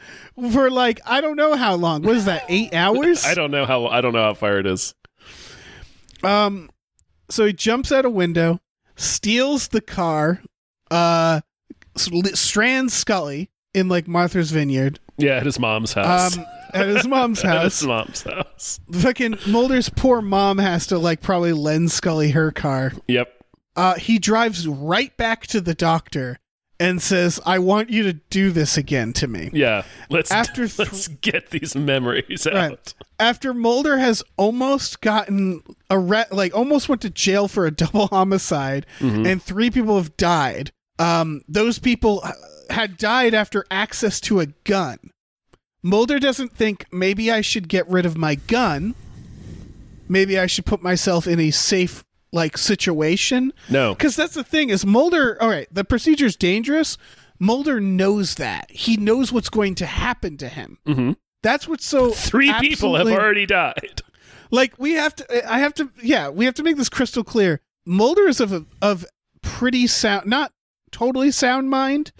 Speaker 7: for like I don't know how long. What is that? 8 hours?
Speaker 8: I don't know how I don't know how far it is.
Speaker 7: um so he jumps out a window, steals the car, uh sl- strands Scully in like Martha's Vineyard
Speaker 8: Yeah, at his mom's house.
Speaker 7: um at his mom's
Speaker 8: at
Speaker 7: house.
Speaker 8: his mom's house.
Speaker 7: Fucking Mulder's poor mom has to like probably lend Scully her car.
Speaker 8: Yep.
Speaker 7: uh, he drives right back to the doctor and says, "I want you to do this again to me."
Speaker 8: Yeah. Let's
Speaker 7: After th-
Speaker 8: let's get these memories out.
Speaker 7: Right. After Mulder has almost gotten arre- like almost went to jail for a double homicide, and three people have died. Um, those people uh, had died after access to a gun. Mulder doesn't think maybe I should get rid of my gun. Maybe I should put myself in a safe like situation.
Speaker 8: No.
Speaker 7: Because that's the thing is Mulder. All right, the procedure's dangerous. Mulder knows that. He knows what's going to happen to him.
Speaker 8: Mhm.
Speaker 7: That's what's so.
Speaker 8: Three people have
Speaker 7: absolutely-
Speaker 8: already died.
Speaker 7: Like we have to. I have to. Yeah, we have to make this crystal clear. Mulder is of a, of pretty sound, not totally sound mind,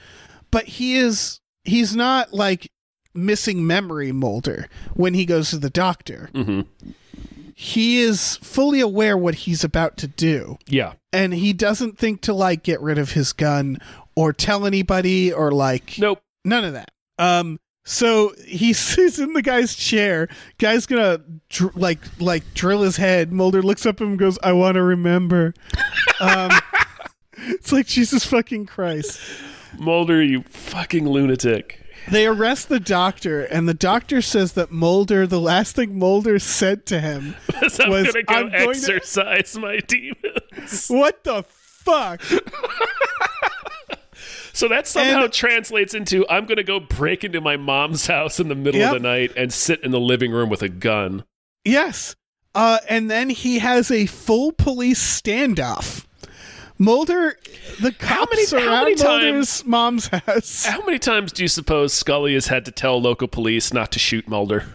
Speaker 7: but he is. He's not like missing memory Mulder when he goes to the doctor.
Speaker 8: Mhm.
Speaker 7: He is fully aware what he's about to do
Speaker 8: Yeah.
Speaker 7: and he doesn't think to like get rid of his gun or tell anybody or like
Speaker 8: Nope.
Speaker 7: none of that. Um, so he sits in the guy's chair. Guy's gonna dr- like like drill his head. Mulder looks up at him and goes, "I want to remember." Um, it's like Jesus fucking Christ.
Speaker 8: Mulder, you fucking lunatic.
Speaker 7: They arrest the doctor, and the doctor says that Mulder, the last thing Mulder said to him,
Speaker 8: I'm
Speaker 7: Was-
Speaker 8: gonna go
Speaker 7: I'm going to-
Speaker 8: exercise my demons.
Speaker 7: "What the fuck?"
Speaker 8: So that somehow
Speaker 7: And-
Speaker 8: translates into I'm going to go break into my mom's house in the middle
Speaker 7: Yep.
Speaker 8: of the night and sit in the living room with a gun.
Speaker 7: Yes. Uh, and then he has a full police standoff. Mulder, the
Speaker 8: many-
Speaker 7: cops
Speaker 8: how
Speaker 7: around
Speaker 8: many
Speaker 7: Mulder's mom's house.
Speaker 8: How many times do you suppose Scully has had to tell local police not to shoot Mulder?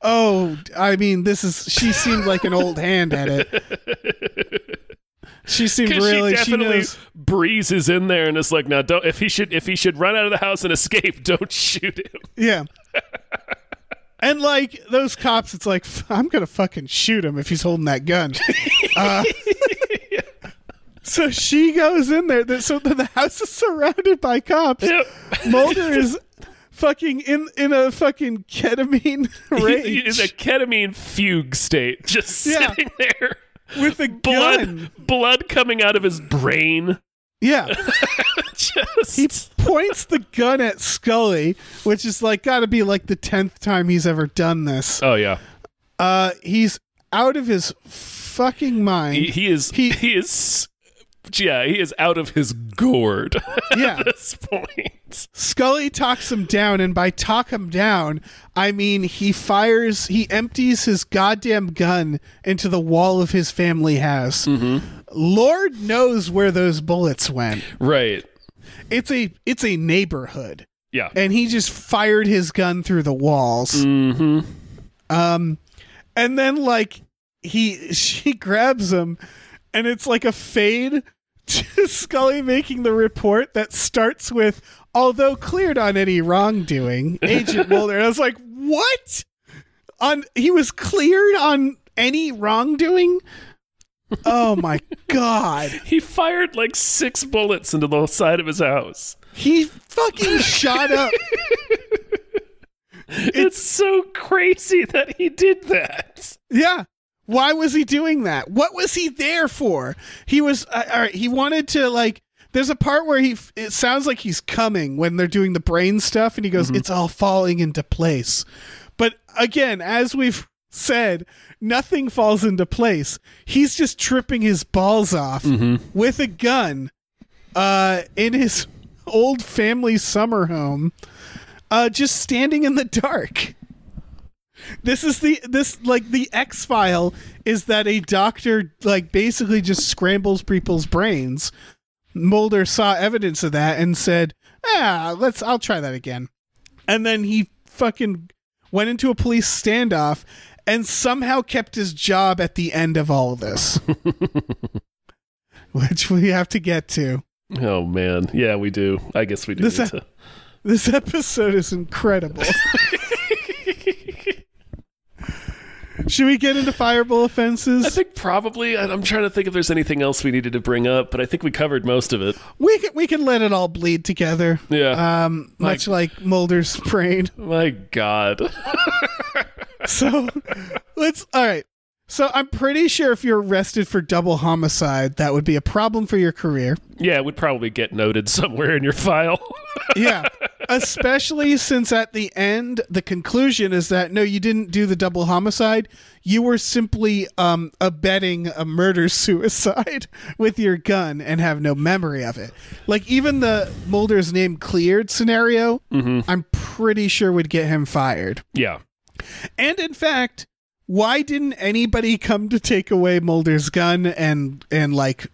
Speaker 7: Oh, I mean, this is she seemed like an old hand at it. She seemed
Speaker 8: Because
Speaker 7: really.
Speaker 8: she
Speaker 7: She,
Speaker 8: definitely
Speaker 7: knows.
Speaker 8: breezes in there and is like, "Now, don't if he should if he should run out of the house and escape, don't shoot him."
Speaker 7: Yeah. And like those cops, it's like "F- I'm gonna fucking shoot him if he's holding that gun. Uh, so she goes in there. th- So the the house is surrounded by cops.
Speaker 8: Yep.
Speaker 7: Mulder is fucking in in a fucking ketamine
Speaker 8: He-
Speaker 7: rage
Speaker 8: He's in a ketamine fugue state, just
Speaker 7: Yeah.
Speaker 8: sitting there.
Speaker 7: with a
Speaker 8: Blood,
Speaker 7: gun.
Speaker 8: blood coming out of his brain.
Speaker 7: Yeah.
Speaker 8: Just
Speaker 7: He points the gun at Scully, which is like got to be like the tenth time he's ever done this.
Speaker 8: oh yeah,
Speaker 7: Uh, he's out of his fucking mind.
Speaker 8: he, he is he,
Speaker 7: He-
Speaker 8: is yeah he is out of his gourd
Speaker 7: Yeah.
Speaker 8: at this point.
Speaker 7: Scully talks him down, and by talk him down, I mean he fires, he empties his goddamn gun into the wall of his family house.
Speaker 8: Mm-hmm.
Speaker 7: Lord knows where those bullets went.
Speaker 8: Right.
Speaker 7: It's a it's a neighborhood,
Speaker 8: Yeah.
Speaker 7: and he just fired his gun through the walls.
Speaker 8: Mm.
Speaker 7: Mm-hmm. Um, and then like he she grabs him, and it's like a fade to Scully making the report that starts with although cleared on any wrongdoing, Agent Mulder. And I was like, what? On he was cleared on any wrongdoing? Oh my god.
Speaker 8: He fired like six bullets into the side of his house.
Speaker 7: He fucking shot up
Speaker 8: It's, so crazy that he did that.
Speaker 7: Yeah. Why was he doing that? What was he there for? He was uh, all right, he wanted to like there's a part where he f- it sounds like he's coming when they're doing the brain stuff and he goes it's all falling into place. But again, as we've said, nothing falls into place. He's just tripping his balls off with a gun uh in his old family summer home uh just standing in the dark. This is the this like the X file is that a doctor like basically just scrambles people's brains. Mulder saw evidence of that and said, "Ah, let's I'll try that again." And then he fucking went into a police standoff and somehow kept his job at the end of all of this. Which we have to get to.
Speaker 8: Oh man, yeah, we do. I guess we do.
Speaker 7: This-
Speaker 8: need to-
Speaker 7: This episode is incredible. Should we get into fireball offenses?
Speaker 8: I think probably. I- I'm trying to think if there's anything else we needed to bring up, but I think we covered most of it.
Speaker 7: we can we can let it all bleed together.
Speaker 8: Yeah.
Speaker 7: Um, much like Mulder's brain.
Speaker 8: My God.
Speaker 7: So let's all right. So I'm pretty sure if you're arrested for double homicide, that would be a problem for your career.
Speaker 8: Yeah, it would probably get noted somewhere in your file.
Speaker 7: Yeah. Especially since at the end, the conclusion is that no, you didn't do the double homicide. You were simply um, abetting a murder suicide with your gun and have no memory of it. Like, even the Mulder's name cleared scenario, I'm pretty sure would get him fired.
Speaker 8: yeah.
Speaker 7: And in fact, why didn't anybody come to take away Mulder's gun and and like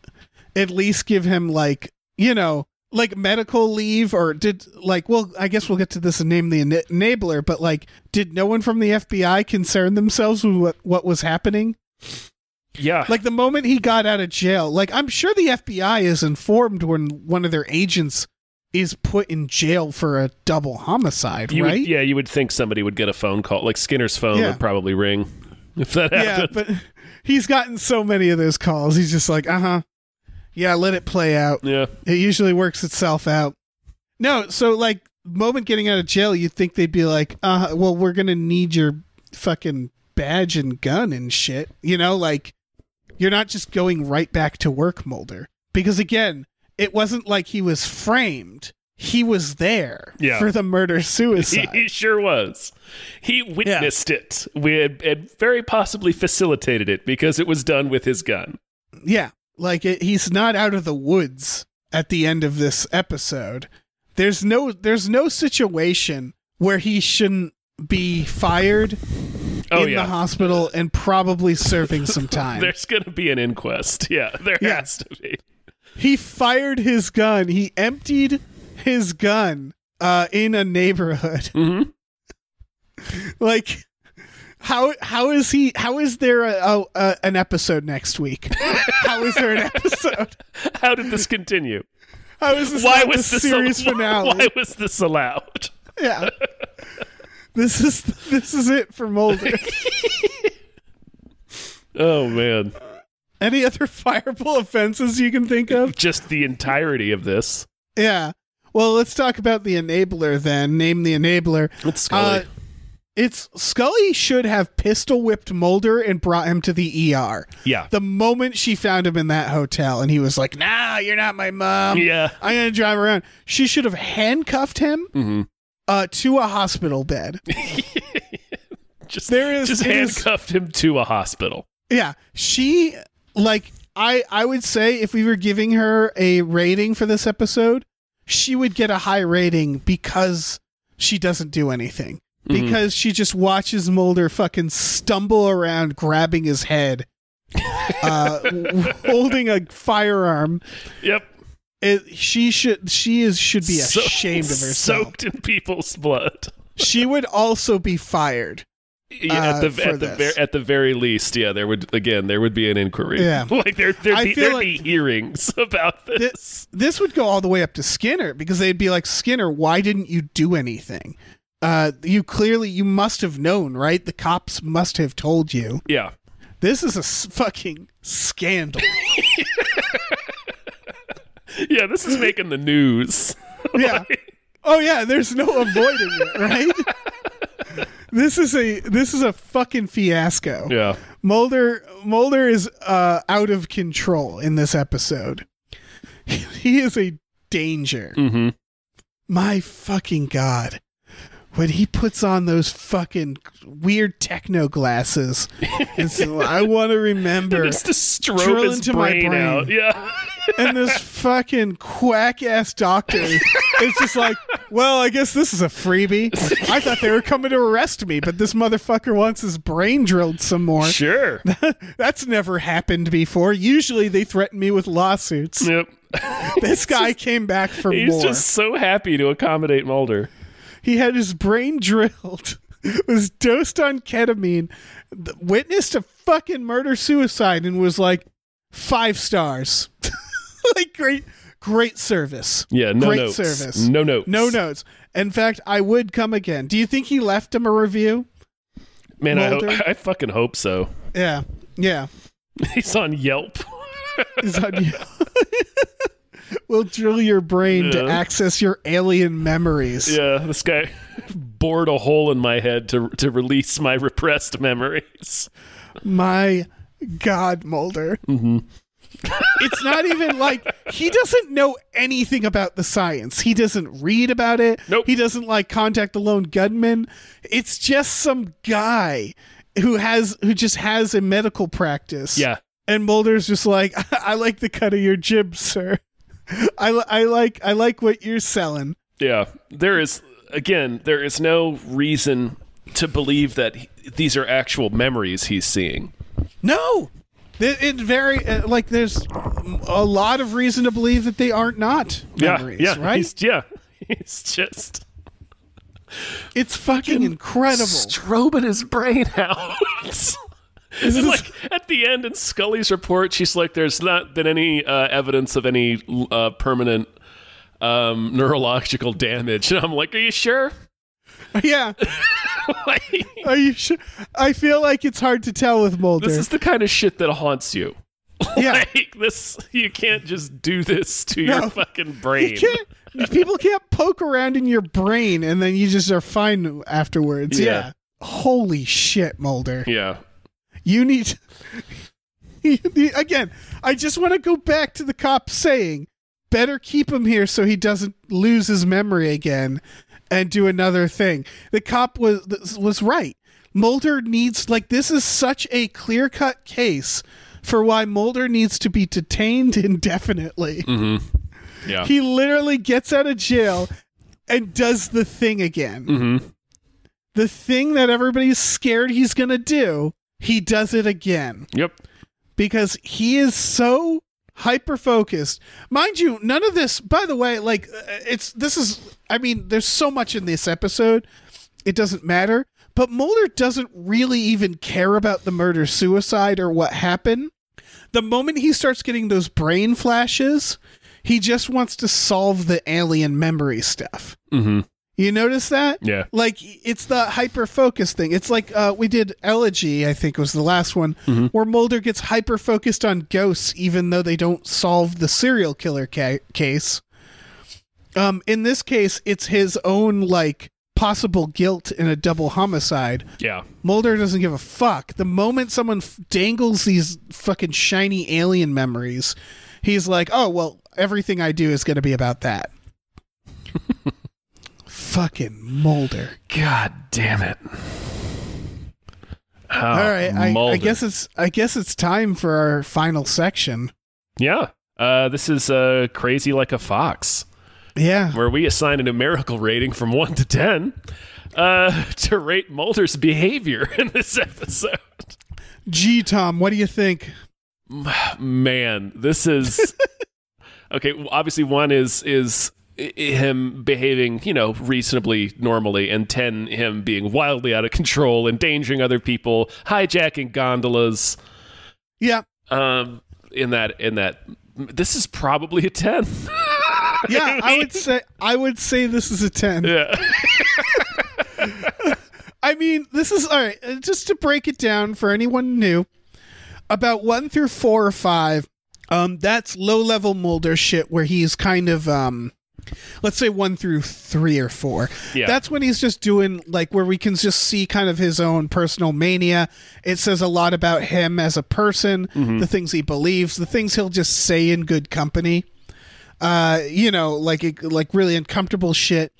Speaker 7: at least give him like you know like medical leave or did like well I guess we'll get to this and name the ena- enabler but like did no one from the FBI concern themselves with what what was happening
Speaker 8: Yeah.
Speaker 7: like the moment he got out of jail like I'm sure the FBI is informed when one of their agents is put in jail for a double homicide
Speaker 8: you
Speaker 7: right
Speaker 8: would, yeah, you would think somebody would get a phone call. Like Skinner's phone
Speaker 7: Yeah.
Speaker 8: would probably ring if that
Speaker 7: yeah,
Speaker 8: happened.
Speaker 7: but he's gotten so many of those calls. He's just like, uh huh. Yeah, let it play out.
Speaker 8: Yeah.
Speaker 7: It usually works itself out. No, so like moment getting out of jail, you'd think they'd be like, uh, well, we're gonna need your fucking badge and gun and shit. You know, like you're not just going right back to work, Mulder. Because again, it wasn't like he was framed. He was there
Speaker 8: Yeah.
Speaker 7: for the murder
Speaker 8: He,
Speaker 7: suicide.
Speaker 8: he sure was. He witnessed it. We had, and very possibly facilitated it because it was done with his gun.
Speaker 7: yeah like it, he's not out of the woods at the end of this episode there's no there's no situation where he shouldn't be fired
Speaker 8: Oh
Speaker 7: in
Speaker 8: yeah.
Speaker 7: the hospital and probably serving some time
Speaker 8: There's going to be an inquest. Yeah, there
Speaker 7: Yeah.
Speaker 8: has to be.
Speaker 7: he fired his gun he emptied his gun uh in a neighborhood
Speaker 8: Mhm.
Speaker 7: like how how is he how is there a, a, a an episode next week how is there an episode
Speaker 8: How did this continue?
Speaker 7: how is this
Speaker 8: Why
Speaker 7: not
Speaker 8: was
Speaker 7: the
Speaker 8: this
Speaker 7: series
Speaker 8: al-
Speaker 7: finale
Speaker 8: Why was this allowed?
Speaker 7: Yeah. This is this is it for Mulder.
Speaker 8: Oh man,
Speaker 7: Any other fireable offenses you can think of?
Speaker 8: just the entirety of this.
Speaker 7: Yeah. Well, let's talk about the enabler then. Name the enabler.
Speaker 8: It's Scully.
Speaker 7: Uh, it's Scully should have pistol whipped Mulder and brought him to the ER.
Speaker 8: Yeah.
Speaker 7: The moment she found him in that hotel and he was like, "Nah, you're not my mom.
Speaker 8: Yeah.
Speaker 7: I'm going to drive around." She should have handcuffed him
Speaker 8: Mm-hmm.
Speaker 7: uh, to a hospital bed.
Speaker 8: just
Speaker 7: there is-
Speaker 8: just
Speaker 7: it is-
Speaker 8: handcuffed him to a hospital.
Speaker 7: Yeah, she like I I would say if we were giving her a rating for this episode, she would get a high rating because she doesn't do anything.
Speaker 8: Mm-hmm.
Speaker 7: Because she just watches Mulder fucking stumble around grabbing his head. uh, holding a firearm,
Speaker 8: Yep.
Speaker 7: it, she should she is should be
Speaker 8: So-
Speaker 7: ashamed of herself.
Speaker 8: Soaked in people's blood.
Speaker 7: She would also be fired.
Speaker 8: Yeah,
Speaker 7: Uh,
Speaker 8: at the
Speaker 7: for
Speaker 8: at the,
Speaker 7: this.
Speaker 8: ver- at the very least, yeah, there would again there would be an inquiry.
Speaker 7: Yeah.
Speaker 8: like there there'd,
Speaker 7: I
Speaker 8: be,
Speaker 7: feel
Speaker 8: there'd
Speaker 7: like-
Speaker 8: be hearings about this.
Speaker 7: this this would go all the way up to Skinner because they'd be like Skinner, why didn't you do anything? Uh, you clearly you must have known, right? The cops must have told you.
Speaker 8: Yeah,
Speaker 7: This is a s- fucking scandal.
Speaker 8: yeah, this is making the news.
Speaker 7: yeah. Oh yeah, there's no avoiding it, right? this is a this is a fucking fiasco.
Speaker 8: Yeah,
Speaker 7: Mulder Mulder is uh, out of control in this episode. He is a danger.
Speaker 8: Mhm.
Speaker 7: My fucking god. When he puts on those fucking weird techno glasses, it's, I want to remember.
Speaker 8: just to strobe
Speaker 7: Drill
Speaker 8: his
Speaker 7: into my
Speaker 8: brain,
Speaker 7: brain.
Speaker 8: out. Yeah,
Speaker 7: And this fucking quack ass doctor is just like, well, I guess this is a freebie. I thought they were coming to arrest me, but this motherfucker wants his brain drilled some more.
Speaker 8: sure.
Speaker 7: That's never happened before. Usually they threaten me with lawsuits.
Speaker 8: yep.
Speaker 7: This guy came back for
Speaker 8: He's
Speaker 7: more.
Speaker 8: just so happy to accommodate Mulder.
Speaker 7: He had his brain drilled, was dosed on ketamine, th- witnessed a fucking murder suicide, and was like five stars. like great, great service.
Speaker 8: Yeah, no
Speaker 7: great
Speaker 8: notes.
Speaker 7: service.
Speaker 8: No notes.
Speaker 7: No notes. In fact, I would come again. Do you think he left him a review?
Speaker 8: Man, I, ho-
Speaker 7: Mulder.
Speaker 8: I fucking hope so.
Speaker 7: Yeah, yeah.
Speaker 8: He's on Yelp.
Speaker 7: Is on you. we'll drill your brain to
Speaker 8: Yeah.
Speaker 7: access your alien memories.
Speaker 8: yeah, this guy bored a hole in my head to to release my repressed memories.
Speaker 7: My God, Mulder.
Speaker 8: Mm-hmm.
Speaker 7: it's not even like he doesn't know anything about the science. He doesn't read about it.
Speaker 8: Nope.
Speaker 7: He doesn't like contact the lone gunman. It's just some guy who has who just has a medical practice.
Speaker 8: Yeah.
Speaker 7: And Mulder's just like, I, like the cut of your jib, sir. I, li- I like I like what you're selling.
Speaker 8: Yeah, there is again, there is no reason to believe that he- these are actual memories he's seeing.
Speaker 7: No, it, it very uh, like there's a lot of reason to believe that they aren't not memories.
Speaker 8: yeah, yeah,
Speaker 7: right?
Speaker 8: He's, yeah, he's just
Speaker 7: It's fucking incredible.
Speaker 8: strobing his brain out. And like at the end in Scully's report, she's like, "There's not been any uh, evidence of any uh, permanent um, neurological damage," and I'm like, "Are you sure?"
Speaker 7: yeah.
Speaker 8: like,
Speaker 7: Are you sure? I feel like it's hard to tell with Mulder.
Speaker 8: this is the kind of shit that haunts you.
Speaker 7: yeah.
Speaker 8: Like this, you can't just do this to
Speaker 7: No.
Speaker 8: your fucking
Speaker 7: You
Speaker 8: brain.
Speaker 7: can't, people can't poke around in your brain and then you just are fine afterwards. Yeah.
Speaker 8: Yeah.
Speaker 7: Holy shit, Mulder.
Speaker 8: Yeah.
Speaker 7: You need to- you need- again, I just want to go back to the cop saying, better keep him here so he doesn't lose his memory again and do another thing. The cop was was right. Mulder needs like this is such a clear-cut case for why Mulder needs to be detained indefinitely.
Speaker 8: Yeah.
Speaker 7: He literally gets out of jail and does the thing again.
Speaker 8: Mm. Mm-hmm.
Speaker 7: The thing that everybody's scared he's going to do, he does it again
Speaker 8: yep.
Speaker 7: because he is so hyper focused. Mind you, none of this, by the way, like uh, it's this is, I mean, there's so much in this episode, it doesn't matter. But Mulder doesn't really even care about the murder suicide or what happened. The moment he starts getting those brain flashes, he just wants to solve the alien memory stuff.
Speaker 8: Mm-hmm.
Speaker 7: You notice that?
Speaker 8: Yeah.
Speaker 7: Like it's the hyper focus thing. It's like uh, we did Elegy, I think was the last one, where Mulder gets hyper focused on ghosts, even though they don't solve the serial killer ca- case. Um, in this case, it's his own like possible guilt in a double homicide.
Speaker 8: Yeah.
Speaker 7: Mulder doesn't give a fuck. The moment someone f- dangles these fucking shiny alien memories, he's like, "Oh well, everything I do is going to be about that." fucking Mulder.
Speaker 8: God damn it. Oh,
Speaker 7: All right, I, I
Speaker 8: Mulder.
Speaker 7: guess it's I guess it's time for our final section.
Speaker 8: Yeah. Uh, this is uh, Crazy Like a Fox,
Speaker 7: Yeah,
Speaker 8: where we assign a numerical rating from 1 to 10 uh, to rate Mulder's behavior in this episode.
Speaker 7: gee, Tom, what do you think?
Speaker 8: Man, this is. okay, well, obviously, one is is i- i- him behaving, you know, reasonably normally, and 10, him being wildly out of control, endangering other people, hijacking gondolas.
Speaker 7: Yeah,
Speaker 8: Um, in that, in that, this is probably a 10.
Speaker 7: yeah, I would say I would say this is a ten.
Speaker 8: yeah.
Speaker 7: I mean, this is all right. uh, Just to break it down for anyone new, about one through four or five, um, that's low level Mulder shit where he's kind of um, let's say one through three or four.
Speaker 8: Yeah.
Speaker 7: That's when he's just doing like where we can just see kind of his own personal mania. It says a lot about him as a person, the things he believes, the things he'll just say in good company. Uh, you know, like it- like really uncomfortable shit,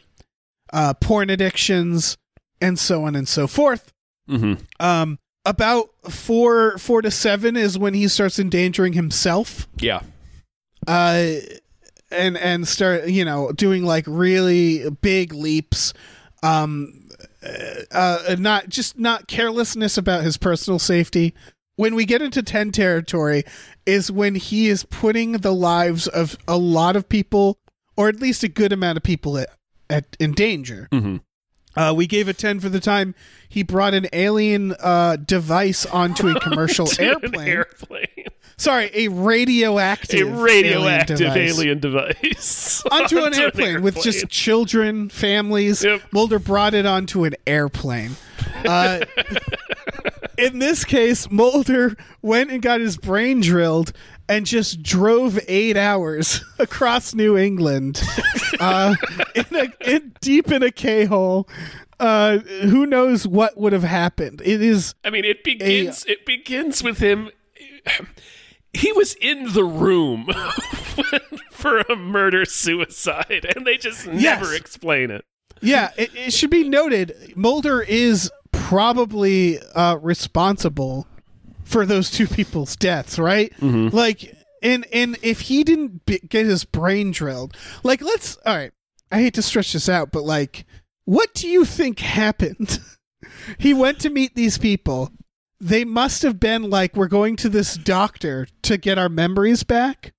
Speaker 7: uh, porn addictions, and so on and so forth.
Speaker 8: Mm-hmm.
Speaker 7: Um, about four four to seven is when he starts endangering himself.
Speaker 8: Yeah.
Speaker 7: uh, and and start you know doing like really big leaps um uh, uh not just not carelessness about his personal safety when we get into 10 territory is when he is putting the lives of a lot of people or at least a good amount of people at, at in danger
Speaker 8: Mhm.
Speaker 7: uh, we gave a 10 for the time he brought an alien uh, device onto a commercial
Speaker 8: To an
Speaker 7: airplane
Speaker 8: airplane.
Speaker 7: sorry a radioactive
Speaker 8: A radioactive
Speaker 7: alien device
Speaker 8: alien device.
Speaker 7: onto an airplane with just children, families.
Speaker 8: Yep.
Speaker 7: Mulder brought it onto an airplane. Uh, in this case, Mulder went and got his brain drilled and just drove eight hours across New England, uh, in a, in, deep in a K hole. Uh, who knows what would have happened? It is
Speaker 8: I mean, it begins. it begins with him. He was in the room for a murder suicide, and they just never explain it.
Speaker 7: Yeah, it, it should be noted Mulder is probably uh, responsible for those two people's deaths, right? Like, and and if he didn't b- get his brain drilled, like, let's all right. I hate to stretch this out, but like, what do you think happened? he went to meet these people. They must have been like, we're going to this doctor to get our memories back.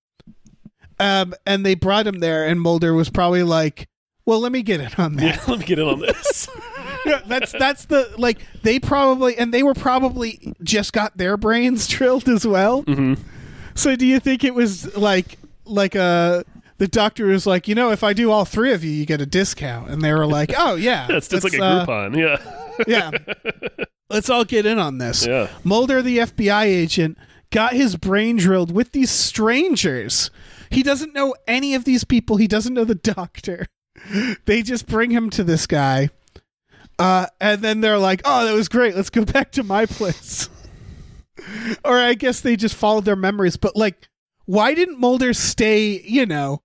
Speaker 7: Um, and they brought him there, and Mulder was probably like, "Well, let me get in on that."
Speaker 8: Yeah, let me get in on this.
Speaker 7: Yeah, that's that's the like they probably and they were probably just got their brains drilled as well.
Speaker 8: Mm-hmm.
Speaker 7: So do you think it was like like uh the doctor was like, you know, if I do all three of you, you get a discount, and they were like, oh yeah,
Speaker 8: That's just like a
Speaker 7: let's, uh,
Speaker 8: Groupon. Yeah,
Speaker 7: yeah. Let's all get in on this.
Speaker 8: Yeah.
Speaker 7: Mulder, the FBI agent, got his brain drilled with these strangers. He doesn't know any of these people. He doesn't know the doctor. They just bring him to this guy. Uh, and then they're like, oh, that was great. Let's go back to my place. or I guess they just followed their memories. But, like, why didn't Mulder stay, you know,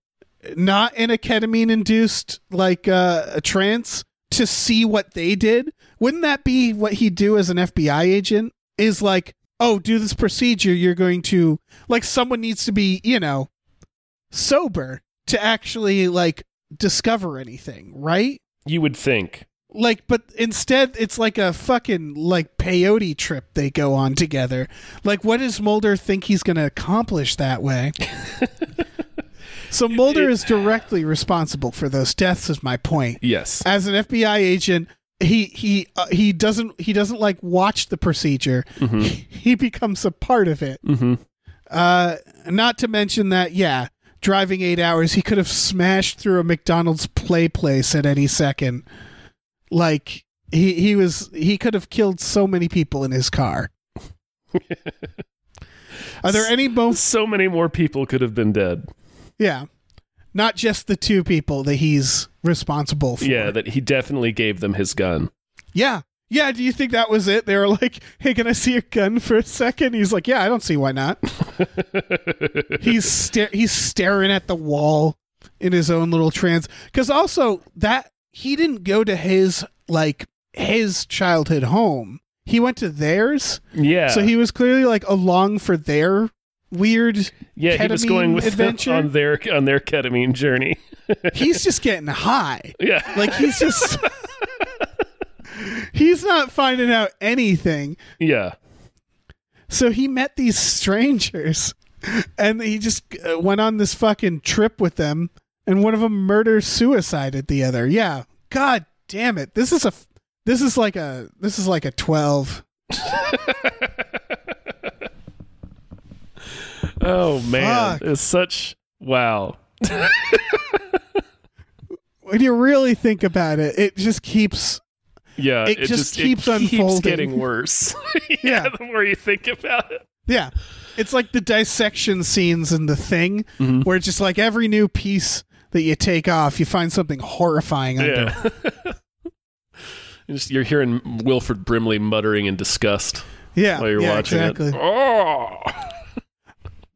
Speaker 7: not in a ketamine induced like uh, a trance to see what they did wouldn't that be what he'd do as an fbi agent is like oh do this procedure you're going to like someone needs to be you know sober to actually like discover anything right
Speaker 8: you would think.
Speaker 7: like but instead it's like a fucking like peyote trip they go on together like what does mulder think he's going to accomplish that way so mulder is directly responsible for those deaths is my point
Speaker 8: Yes.
Speaker 7: as an fbi agent he he uh, he doesn't he doesn't like watch the procedure he becomes a part of it
Speaker 8: Mm-hmm.
Speaker 7: uh not to mention that yeah driving eight hours, he could have smashed through a McDonald's play place at any second. Like he he was he could have killed so many people in his car. Are there any bones?
Speaker 8: So many more people could have been dead.
Speaker 7: Yeah, not just the two people that he's responsible for.
Speaker 8: Yeah, that he definitely gave them his gun.
Speaker 7: yeah, yeah. Do you think that was it? They were like, "Hey, can I see your gun for a second? He's like, "Yeah, I don't see why not." he's sta- he's staring at the wall in his own little trance because also that he didn't go to his like his childhood home he went to theirs
Speaker 8: yeah.
Speaker 7: so he was clearly like along for their weird
Speaker 8: yeah, he was going
Speaker 7: ketamine
Speaker 8: with them
Speaker 7: adventure
Speaker 8: on their on their ketamine journey.
Speaker 7: he's just getting high
Speaker 8: yeah.
Speaker 7: like he's just he's not finding out anything
Speaker 8: yeah.
Speaker 7: So he met these strangers and he just uh, went on this fucking trip with them and one of them murder suicided the other. Yeah. God damn it. This is a f- this is like a this is like a 12.
Speaker 8: Oh man,
Speaker 7: Fuck.
Speaker 8: it's such wow.
Speaker 7: When you really think about it, it just keeps
Speaker 8: Yeah,
Speaker 7: It just keeps unfolding.
Speaker 8: getting worse. yeah,
Speaker 7: Yeah.
Speaker 8: the more you think about it.
Speaker 7: yeah. It's like the dissection scenes in the thing where it's just like every new piece that you take off, you find something horrifying under. it.
Speaker 8: Yeah. You just, you're hearing Wilfred Brimley muttering in disgust
Speaker 7: Yeah.
Speaker 8: while you're
Speaker 7: yeah,
Speaker 8: watching
Speaker 7: exactly.
Speaker 8: it. Oh,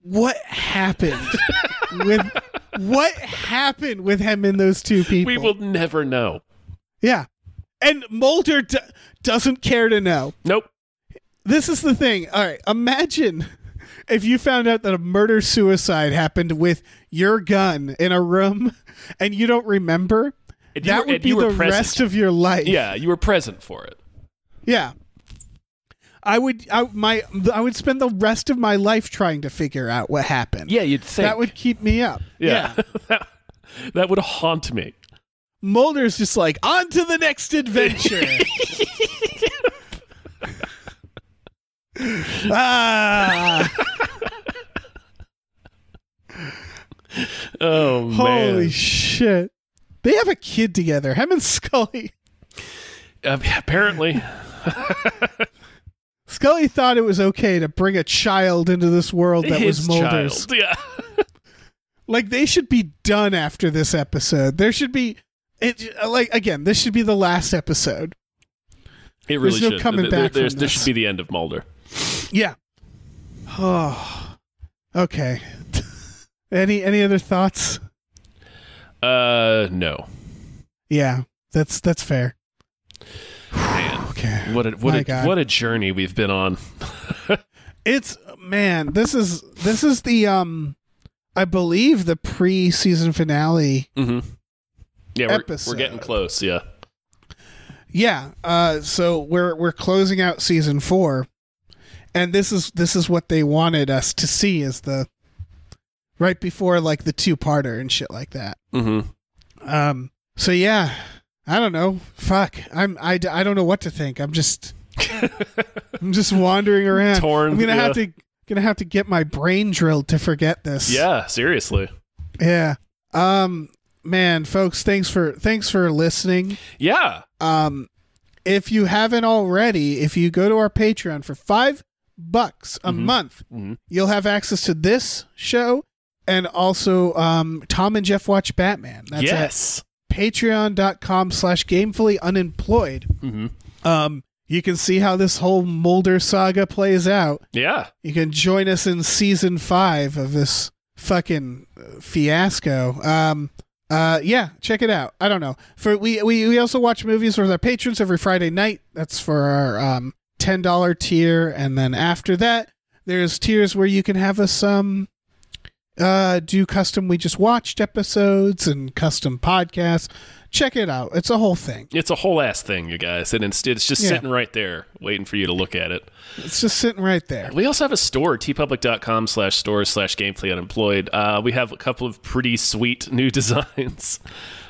Speaker 7: what happened with what happened with him and those two people?
Speaker 8: we will never know.
Speaker 7: yeah. And Mulder d- doesn't care to know.
Speaker 8: Nope.
Speaker 7: This is the thing. All right, imagine if you found out that a murder suicide happened with your gun in a room and you don't remember.
Speaker 8: And you
Speaker 7: that
Speaker 8: were-
Speaker 7: would
Speaker 8: and
Speaker 7: be
Speaker 8: you were
Speaker 7: the
Speaker 8: present.
Speaker 7: rest of your life.
Speaker 8: Yeah, you were present for it.
Speaker 7: Yeah. I would I my I would spend the rest of my life trying to figure out what happened.
Speaker 8: Yeah, you'd think
Speaker 7: That would keep me up.
Speaker 8: Yeah, that would haunt me.
Speaker 7: Mulder's just like, on to the next adventure. ah,
Speaker 8: Oh man.
Speaker 7: holy shit. They have a kid together, him and Scully.
Speaker 8: Uh, apparently,
Speaker 7: Scully thought it was okay to bring a child into this world that
Speaker 8: his
Speaker 7: was Mulder's.
Speaker 8: child. Yeah.
Speaker 7: Like they should be done after this episode. There should be it uh, like again, this should be the last episode.
Speaker 8: It really
Speaker 7: There's no
Speaker 8: should.
Speaker 7: coming
Speaker 8: There-
Speaker 7: back
Speaker 8: there's-
Speaker 7: from
Speaker 8: there
Speaker 7: this.
Speaker 8: should be the end of Mulder.
Speaker 7: Yeah. Oh. Okay. any any other thoughts?
Speaker 8: Uh, no.
Speaker 7: Yeah, that's that's fair.
Speaker 8: Man,
Speaker 7: Okay.
Speaker 8: what a what
Speaker 7: My
Speaker 8: a,
Speaker 7: God.
Speaker 8: what a journey we've been on.
Speaker 7: It's man, this is this is the um I believe the pre-season finale.
Speaker 8: Mm-hmm. Yeah, we're, we're
Speaker 7: Episode.
Speaker 8: getting close. Yeah,
Speaker 7: Yeah. Uh so we're we're closing out season 4. And this is this is what they wanted us to see is the right before like the two-parter and shit like that.
Speaker 8: mm-hmm.
Speaker 7: Um so yeah, I don't know. Fuck. I'm I, d- I don't know what to think. I'm just I'm just wandering around.
Speaker 8: Torn,
Speaker 7: I'm going to
Speaker 8: yeah.
Speaker 7: have to going to have to get my brain drilled to forget this.
Speaker 8: yeah. Seriously,
Speaker 7: Yeah. Um man, folks, thanks for thanks for listening.
Speaker 8: yeah.
Speaker 7: Um if you haven't already, if you go to our Patreon for 5 bucks a month,
Speaker 8: Mhm.
Speaker 7: you'll have access to this show and also um Tom and Jeff watch Batman. That's at
Speaker 8: yes.
Speaker 7: patreon.com slash gamefully unemployed.
Speaker 8: hmm
Speaker 7: Um you can see how this whole Mulder saga plays out.
Speaker 8: Yeah.
Speaker 7: You can join us in season five of this fucking uh, fiasco. Um, uh, yeah, check it out. I don't know. For we we, we also watch movies with our patrons every Friday night. That's for our um, ten dollar tier, and then after that, there's tiers where you can have us um uh do custom we just watched episodes and custom podcasts. Check it out. It's a whole thing.
Speaker 8: It's a whole ass thing, you guys, and instead it's just
Speaker 7: Yeah.
Speaker 8: sitting right there, waiting for you to look at it.
Speaker 7: It's just sitting right there.
Speaker 8: We also have a store, tpublic.com slash stores slash gameplay unemployed. Uh, we have a couple of pretty sweet new designs.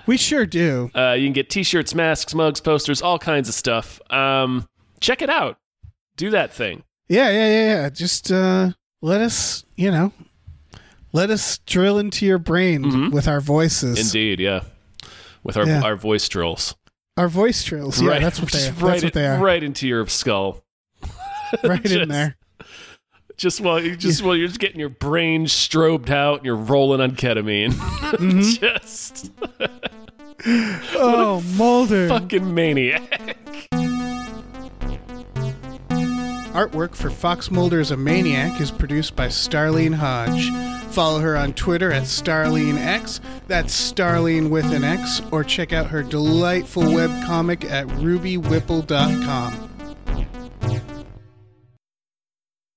Speaker 7: We sure do.
Speaker 8: Uh, you can get t-shirts, masks, mugs, posters, all kinds of stuff. Um, check it out. Do that thing.
Speaker 7: Yeah, yeah, yeah, yeah. Just uh, let us, you know, Let us drill into your brain with our voices.
Speaker 8: Mm-hmm. Indeed, yeah. With our
Speaker 7: Yeah.
Speaker 8: our voice drills,
Speaker 7: Our voice drills. Yeah,
Speaker 8: right?
Speaker 7: that's what they
Speaker 8: Just
Speaker 7: are.
Speaker 8: right
Speaker 7: that's what
Speaker 8: in-
Speaker 7: they are. Right,
Speaker 8: Right into your skull.
Speaker 7: in
Speaker 8: just-
Speaker 7: there.
Speaker 8: Just while you just while you're just getting your brain strobed out and you're rolling on ketamine.
Speaker 7: Mm-hmm.
Speaker 8: just
Speaker 7: Oh, Mulder.
Speaker 8: fucking maniac.
Speaker 7: Artwork for Fox Mulder is a Maniac is produced by Starlene Hodge. Follow her on Twitter at StarleneX, that's Starlene with an X, or check out her delightful webcomic at rubywhipple.com.